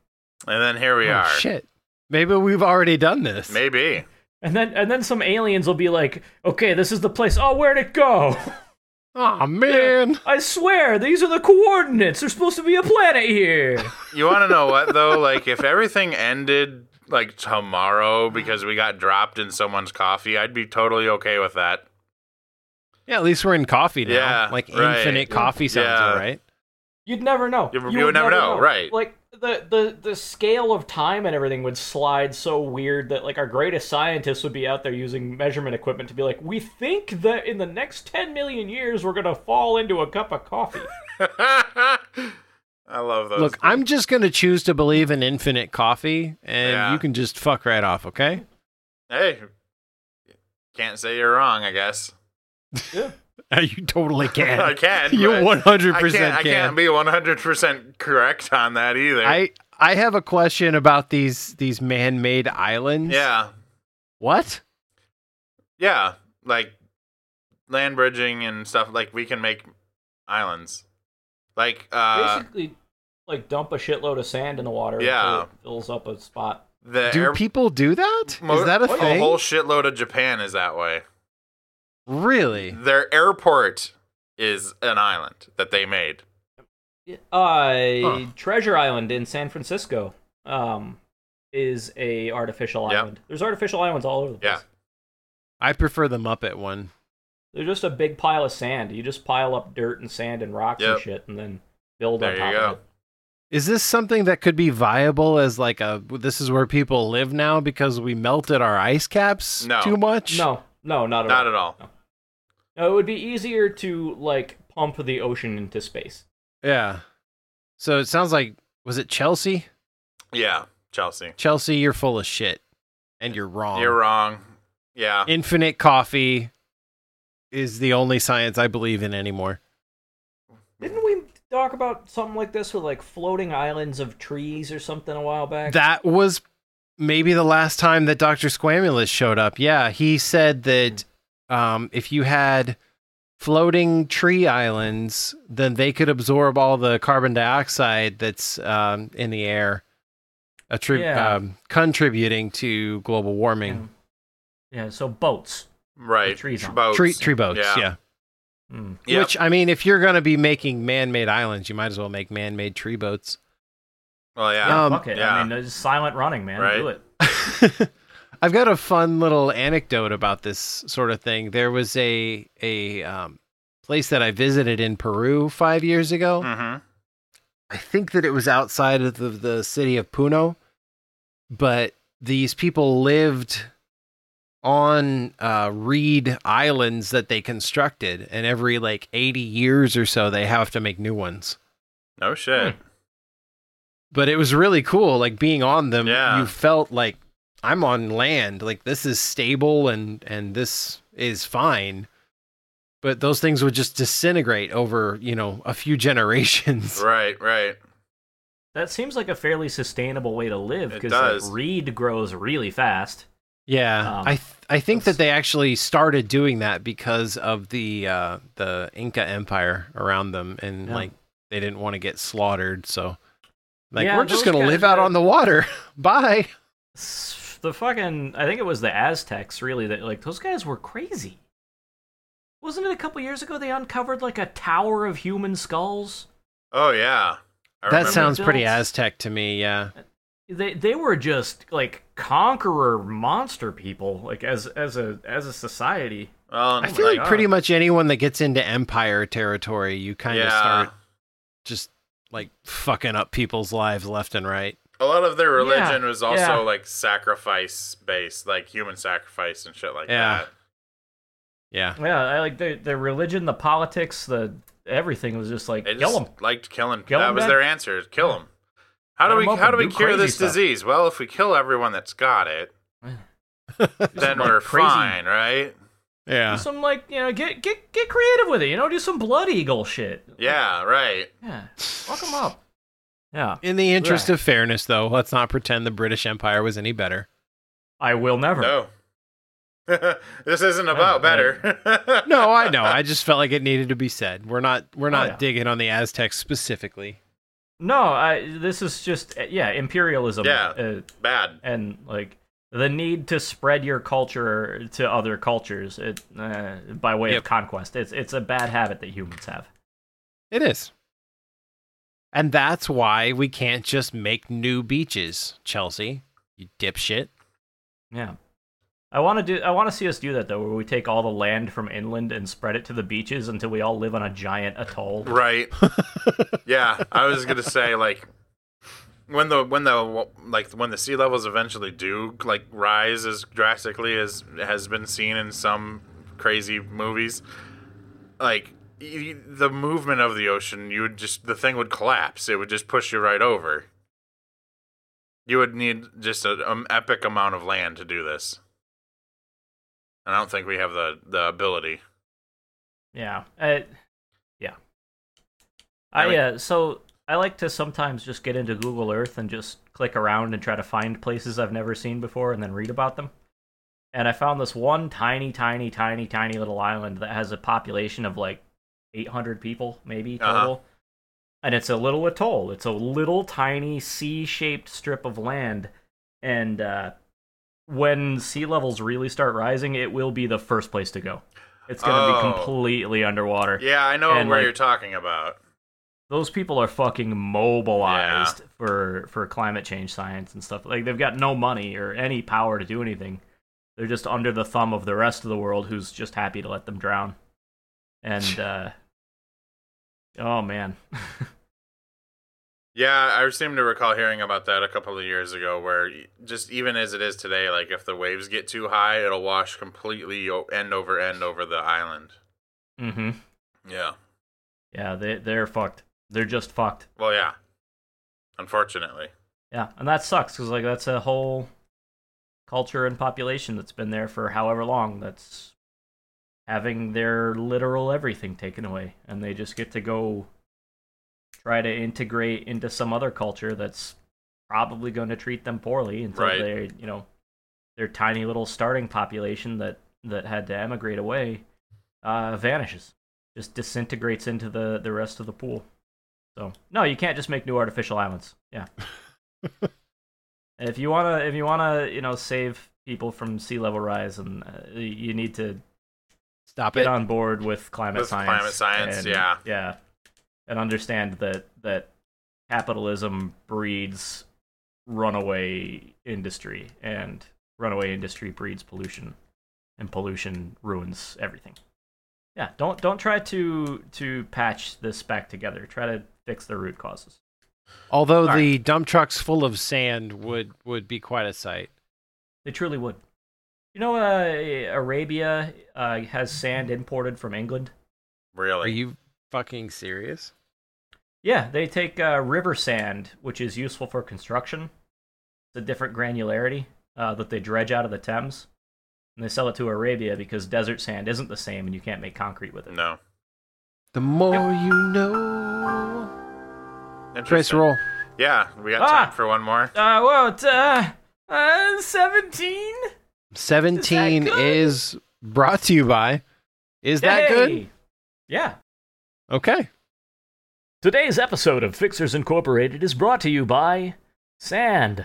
And then here we
oh,
are.
Shit. Maybe we've already done this.
Maybe.
And then and then some aliens will be like, "Okay, this is the place. Oh, where'd it go?
Oh man.
I swear, these are the coordinates. There's supposed to be a planet here."
You want to know what though? Like if everything ended like tomorrow because we got dropped in someone's coffee, I'd be totally okay with that.
Yeah, at least we're in coffee now.
Yeah,
like
right.
infinite coffee sounds
Yeah.
all right.
You'd never know.
You- you would never know, right.
Like the, the the scale of time and everything would slide so weird that like our greatest scientists would be out there using measurement equipment to be like, we think that in the next ten million years we're gonna fall into a cup of coffee.
I love those.
Look, I'm just going to choose to believe in infinite coffee, and
Yeah.
you can just fuck right off, okay?
hey, can't say you're wrong. I guess
you totally can.
I can.
you
but
100%
I
can.
can't, I can't be 100 percent correct on that either.
I, I have a question about these these man-made islands.
yeah,
What?
yeah, like land bridging and stuff. Like we can make islands. Like uh,
Basically, like dump a shitload of sand in the water.
Yeah.
until it fills up a spot.
the
Do
air-
people do that? Is
mo- oh,
that a
A
thing?
whole shitload of Japan is that way.
really?
Their airport is an island that they made.
Uh, Treasure Island in San Francisco um, is a artificial
Yep.
island. There's artificial islands all over the place.
Yeah.
I prefer the Muppet one.
They're just a big pile of sand. You just pile up dirt and sand and rocks
Yep.
and shit, and then build
There
on
you
top
go.
of it.
Is this something that could be viable as like a this is where people live now because we melted our ice caps
No.
too much?
No, no, not at
Not
all.
at all.
No, it would be easier to like pump the ocean into space.
Yeah. So it sounds like was it Chelsea?
Yeah, Chelsea.
Chelsea, you're full of shit. And you're wrong.
You're wrong. Yeah.
Infinite coffee is the only science I believe in anymore.
Didn't we talk about something like this with like floating islands of trees or something a while back?
That was maybe the last time that Dr. Squamulus showed up. Yeah, he said that um, if you had floating tree islands, then they could absorb all the carbon dioxide that's um, in the air, attrib-
Yeah.
um, contributing to global warming.
yeah, so boats.
Right.
The trees on.
Boats.
Tree, tree boats,
Yeah.
yeah.
Hmm.
Yep.
Which I mean, if you're going to be making man-made islands, you might as well make man-made tree boats.
well, yeah.
Um,
Fuck it.
yeah.
I mean, it's silent running, man.
Right.
Do it.
I've got a fun little anecdote about this sort of thing. There was a a um, place that I visited in Peru five years ago.
Mhm.
I think that it was outside of the, the city of Puno, but these people lived on uh, reed islands that they constructed, and every like eighty years or so, they have to make new ones.
No shit.
Hmm.
but it was really cool like being on them
Yeah.
you felt like i'm on land like this is stable and and this is fine but those things would just disintegrate over you know a few generations
Right. Right.
That seems like a fairly sustainable way to live
It
because
does.
like, reed grows really fast.
yeah
Um,
i th- i think that
that's-
they actually started doing that because of the uh the inca empire around them and
Yeah.
like they didn't want to get slaughtered so like
Yeah,
we're just
those
gonna
guys
live out
are-
on the water bye
S- The fucking, I think it was the Aztecs, really. That like those guys were crazy. Wasn't it a couple years ago they uncovered like a tower of human skulls?
Oh yeah. I
that
remember.
sounds pretty
Built.
aztec to me yeah
They they were just like conqueror monster people, like as as a as a society.
Well,
I
and,
feel like
God.
pretty much anyone that gets into empire territory, you kind of
yeah.
start just like fucking up people's lives left and right.
A lot of their religion
Yeah,
was also
yeah.
like sacrifice based, like human sacrifice and shit like
Yeah.
that.
Yeah.
Yeah, I like the the religion, the politics, the everything was just like
They
kill
just
them.
liked killing.
Kill
that
'em,
was
man.
their answer: kill them. How do
Cut
we
'em up
how
and
do we
do
cure
crazy
this
stuff.
disease? Well, if we kill everyone that's got it, then
like
we're
crazy-
fine, right?
Do
Yeah.
some like you know get get get creative with it. You know, do some blood eagle shit.
Yeah, right.
Yeah, fuck them up. Yeah,
In the interest
Right.
of fairness, though, let's not pretend the British Empire was any better.
I will never.
No. this isn't about better.
No, I know. I just felt like it needed to be said. We're not. We're not
yeah.
digging on the Aztecs specifically.
No, I, this is just uh, yeah, imperialism.
Yeah.
uh,
Bad.
and like the need to spread your culture to other cultures it, uh, by way
Yep.
of conquest. It's it's a bad habit that humans have.
It is. And that's why we can't just make new beaches, Chelsea.
You dipshit.
Yeah. I want to do. I want to see us do that though, where we take all the land from inland and spread it to the beaches until we all live on a giant atoll.
Right. yeah, I was gonna say like when the when the like when the sea levels eventually do like rise as drastically as has been seen in some crazy movies, like y- y- the movement of the ocean, you would just the thing would collapse. It would just push you right over. You would need just an um, epic amount of land to do this. And I don't think we have the the ability.
Yeah. I, yeah. I,
I mean-
uh, so I like to sometimes just get into Google Earth and just click around and try to find places I've never seen before and then read about them. And I found this one tiny, tiny, tiny, tiny little island that has a population of like 800 people, maybe
Uh-huh.
total. And it's a little atoll. It's a little tiny C-shaped strip of land, and uh, when sea levels really start rising, it will be the first place to go. It's going to be
Oh.
completely underwater.
Yeah, I know
And,
where
like-
you're talking about.
Those people are fucking mobilized for for climate change science and stuff. Like they've got no money or any power to do anything. They're just under the thumb of the rest of the world, who's just happy to let them drown. And uh, oh man,
Yeah, I seem to recall hearing about that a couple of years ago, where just even as it is today, like if the waves get too high, it'll wash completely o- end over end over the island.
hmm
Yeah.
yeah, they they're fucked. They're just fucked.
Well, yeah. Unfortunately.
Yeah, and that sucks because like that's a whole culture and population that's been there for however long that's having their literal everything taken away, and they just get to go try to integrate into some other culture that's probably going to treat them poorly until
Right.
they, you know, their tiny little starting population that that had to emigrate away uh, vanishes, just disintegrates into the the rest of the pool. So no, you can't just make new artificial islands. Yeah. if you wanna, if you wanna, you know, save people from sea level rise, and uh, you need to
Stop
get
it.
on board with climate
With
science.
climate science,
and-
yeah.
yeah, and understand that that capitalism breeds runaway industry, and runaway industry breeds pollution, and pollution ruins everything. Yeah, don't don't try to to patch this back together. Try to fix the root causes.
Although
All
the dump trucks full of sand would would be quite a sight.
They truly would. You know, uh, Arabia uh, has sand imported from England.
Really.
Are you fucking serious?
Yeah, they take uh, river sand, which is useful for construction. It's a different granularity uh, that they dredge out of the Thames, and they sell it to Arabia because desert sand isn't the same, and you can't make concrete with it.
no.
The more you know. Trace
Interesting.
roll.
Yeah, we got
Ah!
time for one more.
Uh, whoa, it's, uh, uh, seventeen.
Seventeen
good?
is brought to you by. Is that good?
Yeah.
Okay.
Today's episode of Fixers Incorporated is brought to you by sand.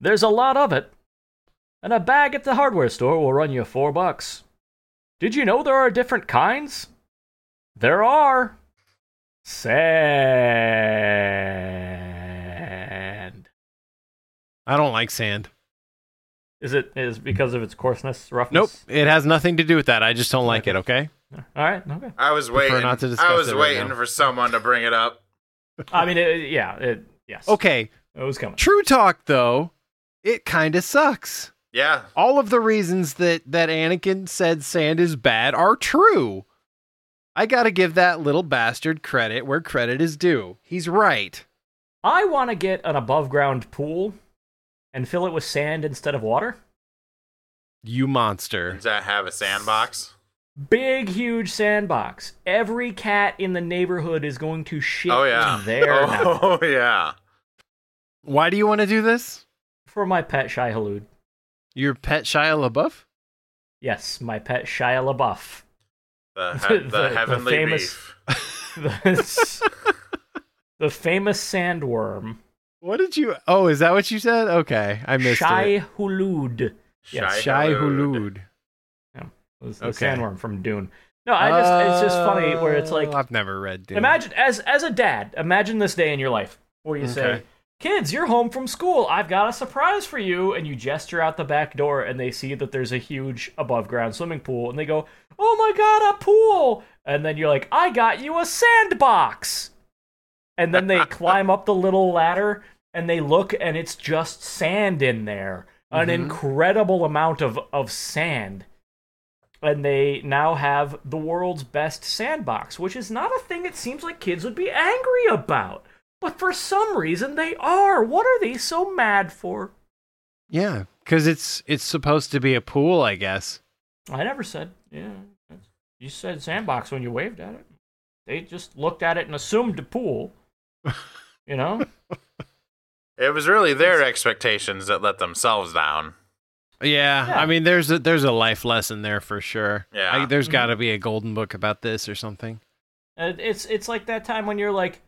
There's a lot of it, and a bag at the hardware store will run you four bucks. Did you know there are different kinds? There are sand.
I don't like sand.
Is it is because of its coarseness,
Nope.
roughness?
It has nothing to do with that. I just don't like it. Okay.
Nope. All right. Okay.
I was waiting.
not to
I
discuss
was
it right
waiting
now.
for someone to bring it up.
I mean, it, yeah. It, yes.
Okay.
It was coming.
True talk though, it kind of sucks.
Yeah.
all of the reasons that that Anakin said sand is bad are true. I got to give that little bastard credit where credit is due. He's right.
I want to get an above ground pool and fill it with sand instead of water.
You monster.
Does that have a sandbox?
Big, huge sandbox. Every cat in the neighborhood is going to shit
Oh yeah.
there now.
oh yeah.
Why do you want to do this?
For my pet Shia Halud.
Your pet Shia LaBeouf?
Yes, my pet Shia LaBeouf.
The,
The-
he- the,
the
heavenly
famous-
beef.
the the famous sandworm.
What did you? Oh, is that what you said? Okay, I missed it.
Shai Hulud
Yes,
Shai Hulud.
was the
Okay.
sandworm from Dune. No, I just it's just funny where it's like
Oh, I've never read. Dune.
Imagine as as a dad, imagine this day in your life where you say,
Okay.
Kids, you're home from school. I've got a surprise for you. And you gesture out the back door, and they see that there's a huge above ground swimming pool. And they go, Oh my God, a pool. And then you're like, I got you a sandbox. And then they climb up the little ladder, and they look, and it's just sand in there an incredible amount of, of sand. And they now have the world's best sandbox, which is not a thing it seems like kids would be angry about. But for some reason, they are. What are they so mad for?
Yeah, because it's it's supposed to be a pool, I guess.
I never said. Yeah, that's- you said sandbox when you waved at it. They just looked at it and assumed a pool. You know,
It was really their expectations that let themselves down.
Yeah,
Yeah.
I mean, there's a, there's a life lesson there for sure.
Yeah.
I,
Mm-hmm.
there's got to be a golden book about this or something.
And Uh, it's it's like that time when you're like,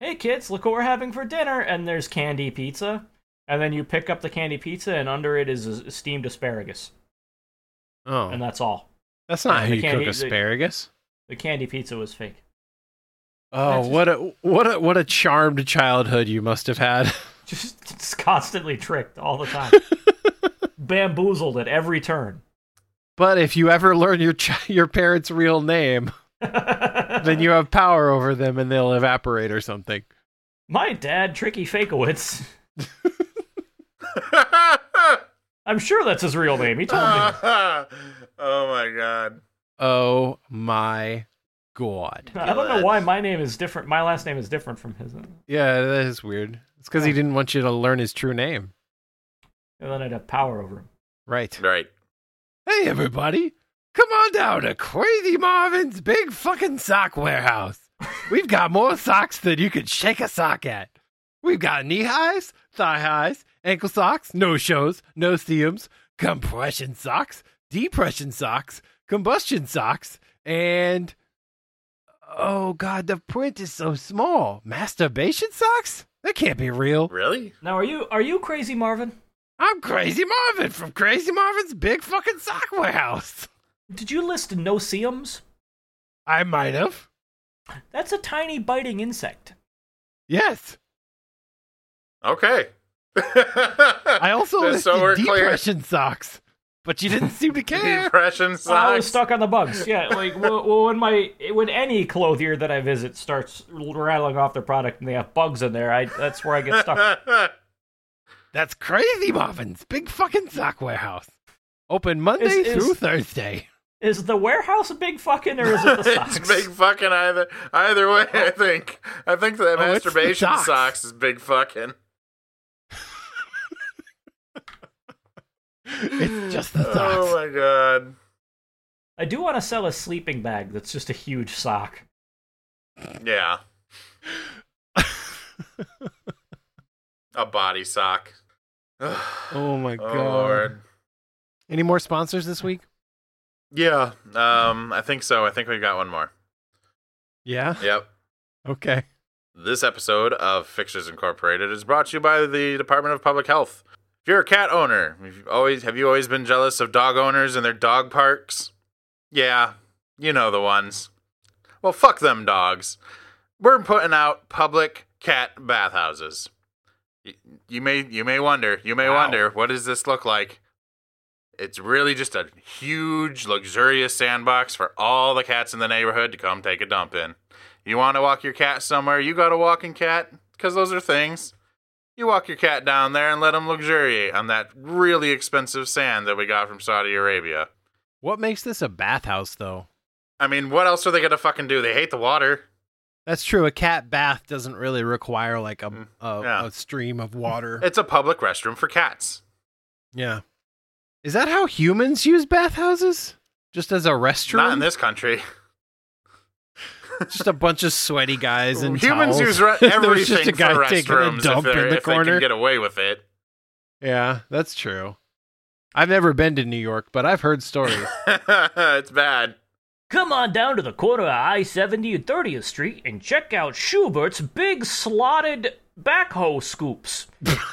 "Hey kids, look what we're having for dinner," and there's candy pizza, and then you pick up the candy pizza, and under it is a- steamed asparagus,
Oh,
and that's all.
that's not
yeah,
how
they
you
can't
cook
eat the-
asparagus.
The candy pizza was fake.
Oh,
That's just-
what a what a what a charmed childhood you must have had.
Just, just constantly tricked all the time, bamboozled at every turn.
But if you ever learn your ch- your parents' real name, then you have power over them, and they'll evaporate or something.
My dad, Tricky Fakowitz. I'm sure that's his real name. He told me.
oh my god.
Oh my god!
I don't know why my name is different. My last name is different from his. And
Yeah, that is weird. It's because he didn't want you to learn his true name,
then I'd have power over him.
right?
Right.
Hey, everybody. Come on down to Crazy Marvin's big fucking sock warehouse. We've got more socks than you could shake a sock at. We've got knee highs, thigh highs, ankle socks, no shows, no seams, compression socks, depression socks, combustion socks, and. Oh, God, the print is so small. Masturbation socks? That can't be real.
Really?
Now, are you are you crazy, Marvin?
I'm Crazy Marvin from Crazy Marvin's big fucking sock warehouse.
Did you list no seums?
I might have.
That's a tiny biting insect.
Yes.
Okay.
I also
Just so we're
listed
clear.
depression socks, but you didn't seem to care.
Depression
I was
socks.
stuck on the bugs. Yeah, like well, well, when my when any clothier that I visit starts rattling off their product and they have bugs in there, I that's where I get stuck.
That's crazy, Marvin's big fucking sock warehouse. Open Monday
Is- is-
through Thursday.
Is the warehouse a big fucking or is it the socks? Oh.
it's big fucking either either way, I think. I think that
Oh, it's the
masturbation
socks.
socks is big fucking.
It's just the
Oh
socks.
my god.
I do want to sell a sleeping bag that's just a huge sock.
Yeah. A body sock. oh
oh my god.
Lord.
Any more sponsors this week?
Yeah. Um, I think so. I think we've got one more.
Yeah.
Yep.
Okay.
This episode of Fixtures Incorporated is brought to you by the Department of Public Health. If you're a cat owner, if you've always have you always been jealous of dog owners and their dog parks? Yeah, you know the ones. Well, fuck them dogs. We're putting out public cat bathhouses. Y- You may you may wonder, you may wonder, what does this look like? It's really just a huge, luxurious sandbox for all the cats in the neighborhood to come take a dump in. You want to walk your cat somewhere, you got a walking cat, because those are things. You walk your cat down there and let him luxuriate on that really expensive sand that we got from Saudi Arabia.
What makes this a bathhouse though?
I mean, what else are they going to fucking do? They hate the water.
That's true. A cat bath doesn't really require like a
Mm,
a,
yeah.
a stream of water.
It's a public restroom for cats.
yeah. Is that how humans use bathhouses? Just as a restroom?
Not in this country.
just a bunch of sweaty guys and
Humans
towels.
use re-
There
everything
was just a guy
for
taking a
restrooms if,
dump
they're-
in the
if they can
corner.
get away with it.
yeah, that's true. I've never been to New York, but I've heard stories.
it's bad.
Come on down to the corner of I 70 and 30th Street and check out Schubert's big slotted backhoe scoops.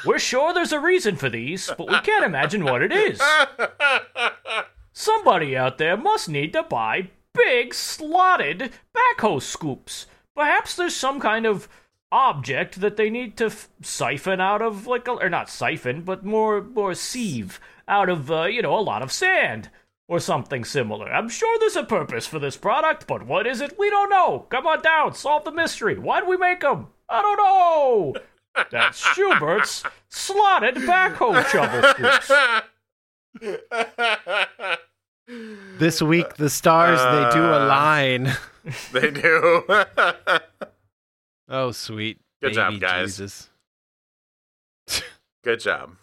We're sure there's a reason for these, but we can't imagine what it is.
Somebody out there must need to buy big slotted backhoe scoops. Perhaps there's some kind of object that they need to f- siphon out of like a, or not siphon but more more sieve out of uh, you know a lot of sand or something similar i'm sure there's a purpose for this product but what is it we don't know come on down solve the mystery why'd we make them i don't know that's schubert's slotted backhoe shovel scoops
This week, the stars,
they do Uh.
align.
they do.
Oh, sweet.
Good job, guys.
Jesus.
Good job.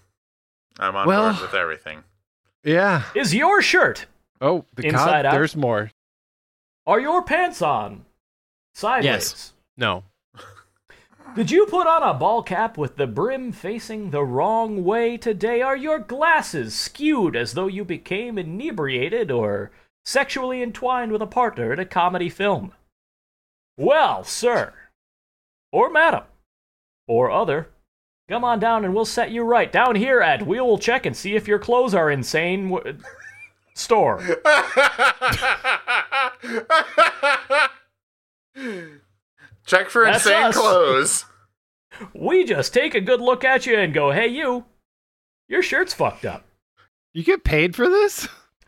I'm on
Well-
board with everything.
Yeah.
is your shirt
Oh, the
Inside
cod,
out?
there's more.
are your pants on sideways
Yes. No.
Did you put on a ball cap with the brim facing the wrong way today? Are your glasses skewed as though you became inebriated or sexually entwined with a partner in a comedy film? Well, sir, or madam, or other, come on down and we'll set you right down here at We Will Check and See If Your Clothes Are Insane w- Store.
Check for
That's
insane
us.
clothes.
We just take a good look at you and go, hey, you, your shirt's fucked up.
You get paid for this?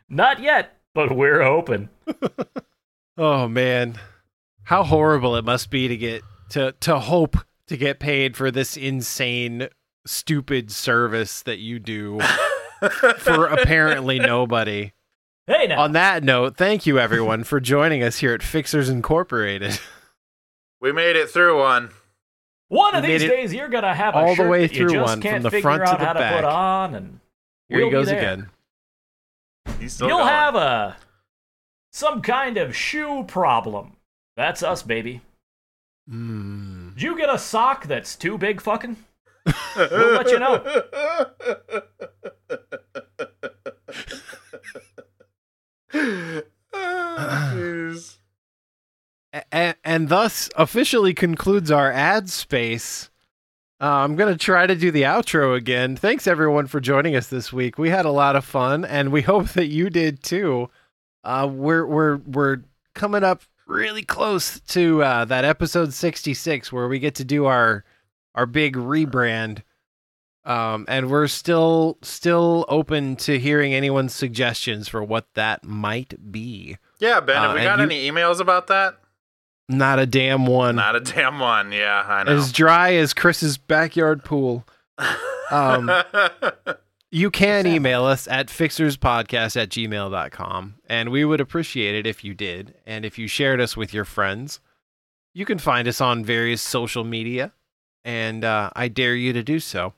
Not yet, but we're open.
Oh man. How horrible it must be to get to to hope to get paid for this insane stupid service that you do for apparently nobody.
Hey, now.
On that note, thank you everyone for joining us here at Fixers Incorporated.
We made it through one.
One of
We made
these
it
days, you're gonna have
all
a
the
shirt
way
that you
through
just
one, from
can't
the
figure
front to
out
the
how
back.
to put on, and
Here
We'll
he
be
goes
there.
again.
He's still
you'll
going.
have a some kind of shoe problem. That's us, baby.
Hmm.
Did you get a sock that's too big, fucking? we'll let you know.
Ah, jeez.
and, and thus officially concludes our ad space. Uh, I'm going to try to do the outro again. Thanks everyone for joining us this week. We had a lot of fun, and we hope that you did too. Uh, we're we're we're coming up really close to uh, that episode 66 where we get to do our our big rebrand. Um, and we're still still open to hearing anyone's suggestions for what that might be.
yeah, Ben,
Uh,
have we
and
got
you-
any emails about that?
Not a damn one.
Not a damn one. Yeah, I know.
as dry as Chris's backyard pool. Um, you can email us at fixerspodcast at gmail.com, and we would appreciate it if you did, and if you shared us with your friends. You can find us on various social media, and uh, I dare you to do so.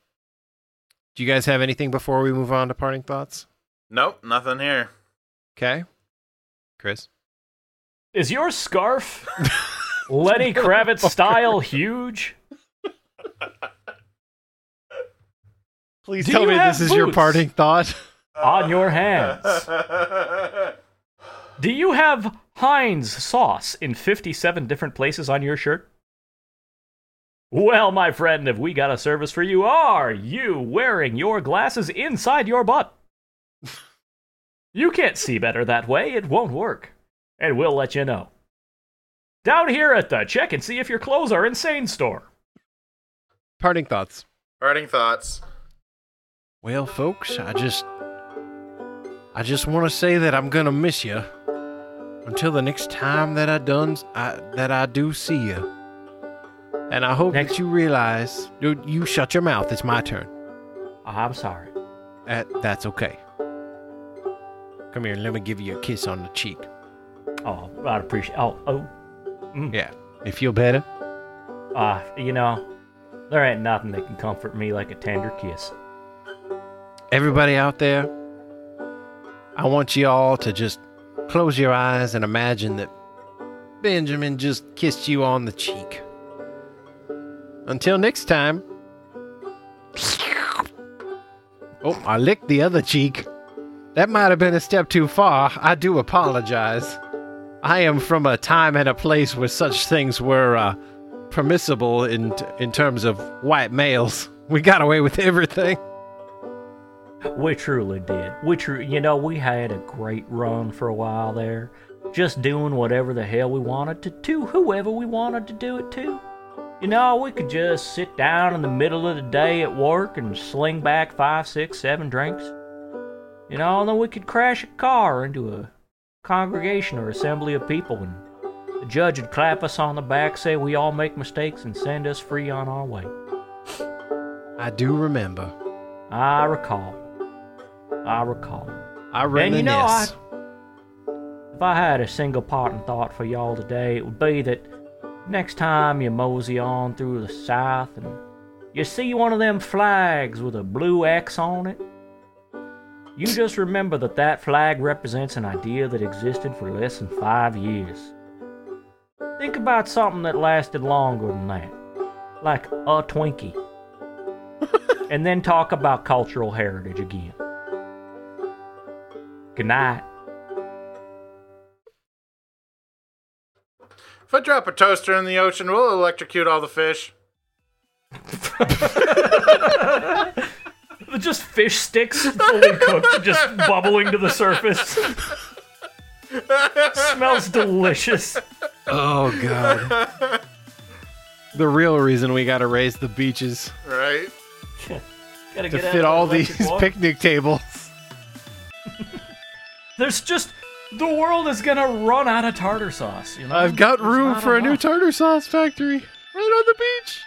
Do you guys have anything before we move on to parting thoughts?
nope, nothing here.
Okay. Chris?
Is your scarf Lenny Kravitz style huge?
Please
Do tell you me have this is your boots? parting
thought.
On your hands. Do you have Heinz sauce in 57 different places on your shirt? Well, my friend, if we got a service for you, are you wearing your glasses inside your butt? you can't see better that way, it won't work. And we'll let you know. Down here at the check and see if your clothes are insane store.
Parting thoughts.
Parting thoughts.
Well, folks, I just. I just want to say that I'm gonna miss you. Until the next time that I done, I, that I do see you. And I hope that you realize. You, you shut your mouth. It's my turn.
Oh, I'm sorry.
Uh, that's okay. Come here. Let me give you a kiss on the cheek.
Oh, I appreciate. Oh, oh,
Yeah. You feel better?
ah, you know, there ain't nothing that can comfort me like a tender kiss.
Everybody out there, I want you all to just close your eyes and imagine that Benjamin just kissed you on the cheek. Until next time. Oh, I licked the other cheek. That might have been a step too far. I do apologize. I am from a time and a place where such things were uh, permissible in in terms of white males. We got away with everything.
We truly did. We tru- you know, we had a great run for a while there, just doing whatever the hell we wanted to, to whoever we wanted to do it to. You know, we could just sit down in the middle of the day at work and sling back five, six, seven drinks. You know, and then we could crash a car into a congregation or assembly of people, and the judge would clap us on the back, say we all make mistakes, and send us free on our way.
I do remember.
I recall. I recall.
I
And
reminisce.
you know, I- If I had a single parting thought for y'all today, it would be that next time you mosey on through the South and you see one of them flags with a blue X on it, you just remember that that flag represents an idea that existed for less than five years. Think about something that lasted longer than that, like a Twinkie. and then talk about cultural heritage again. Good night.
If I drop a toaster in the ocean, we'll electrocute all the fish.
Just fish sticks fully cooked, just bubbling to the surface. Smells delicious.
oh god. the real reason we got to raise the beaches
Right?
Gotta
to
get out of
fit all
the
these
electric walk.
picnic tables.
There's just the world is gonna run out of tartar sauce. You know,
I've got
There's
room
not
for a new
enough.
tartar sauce factory right on the beach.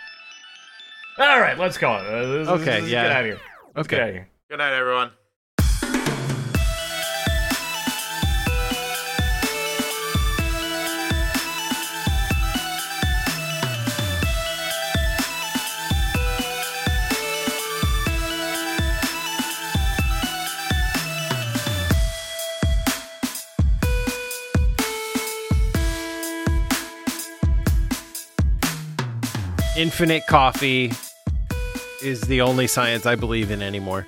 All right, let's go. Uh, this-
Okay,
this- this-
yeah.
Get out of here. Let's
Okay.
get out of here.
Good night, everyone.
Infinite coffee is the only science I believe in anymore.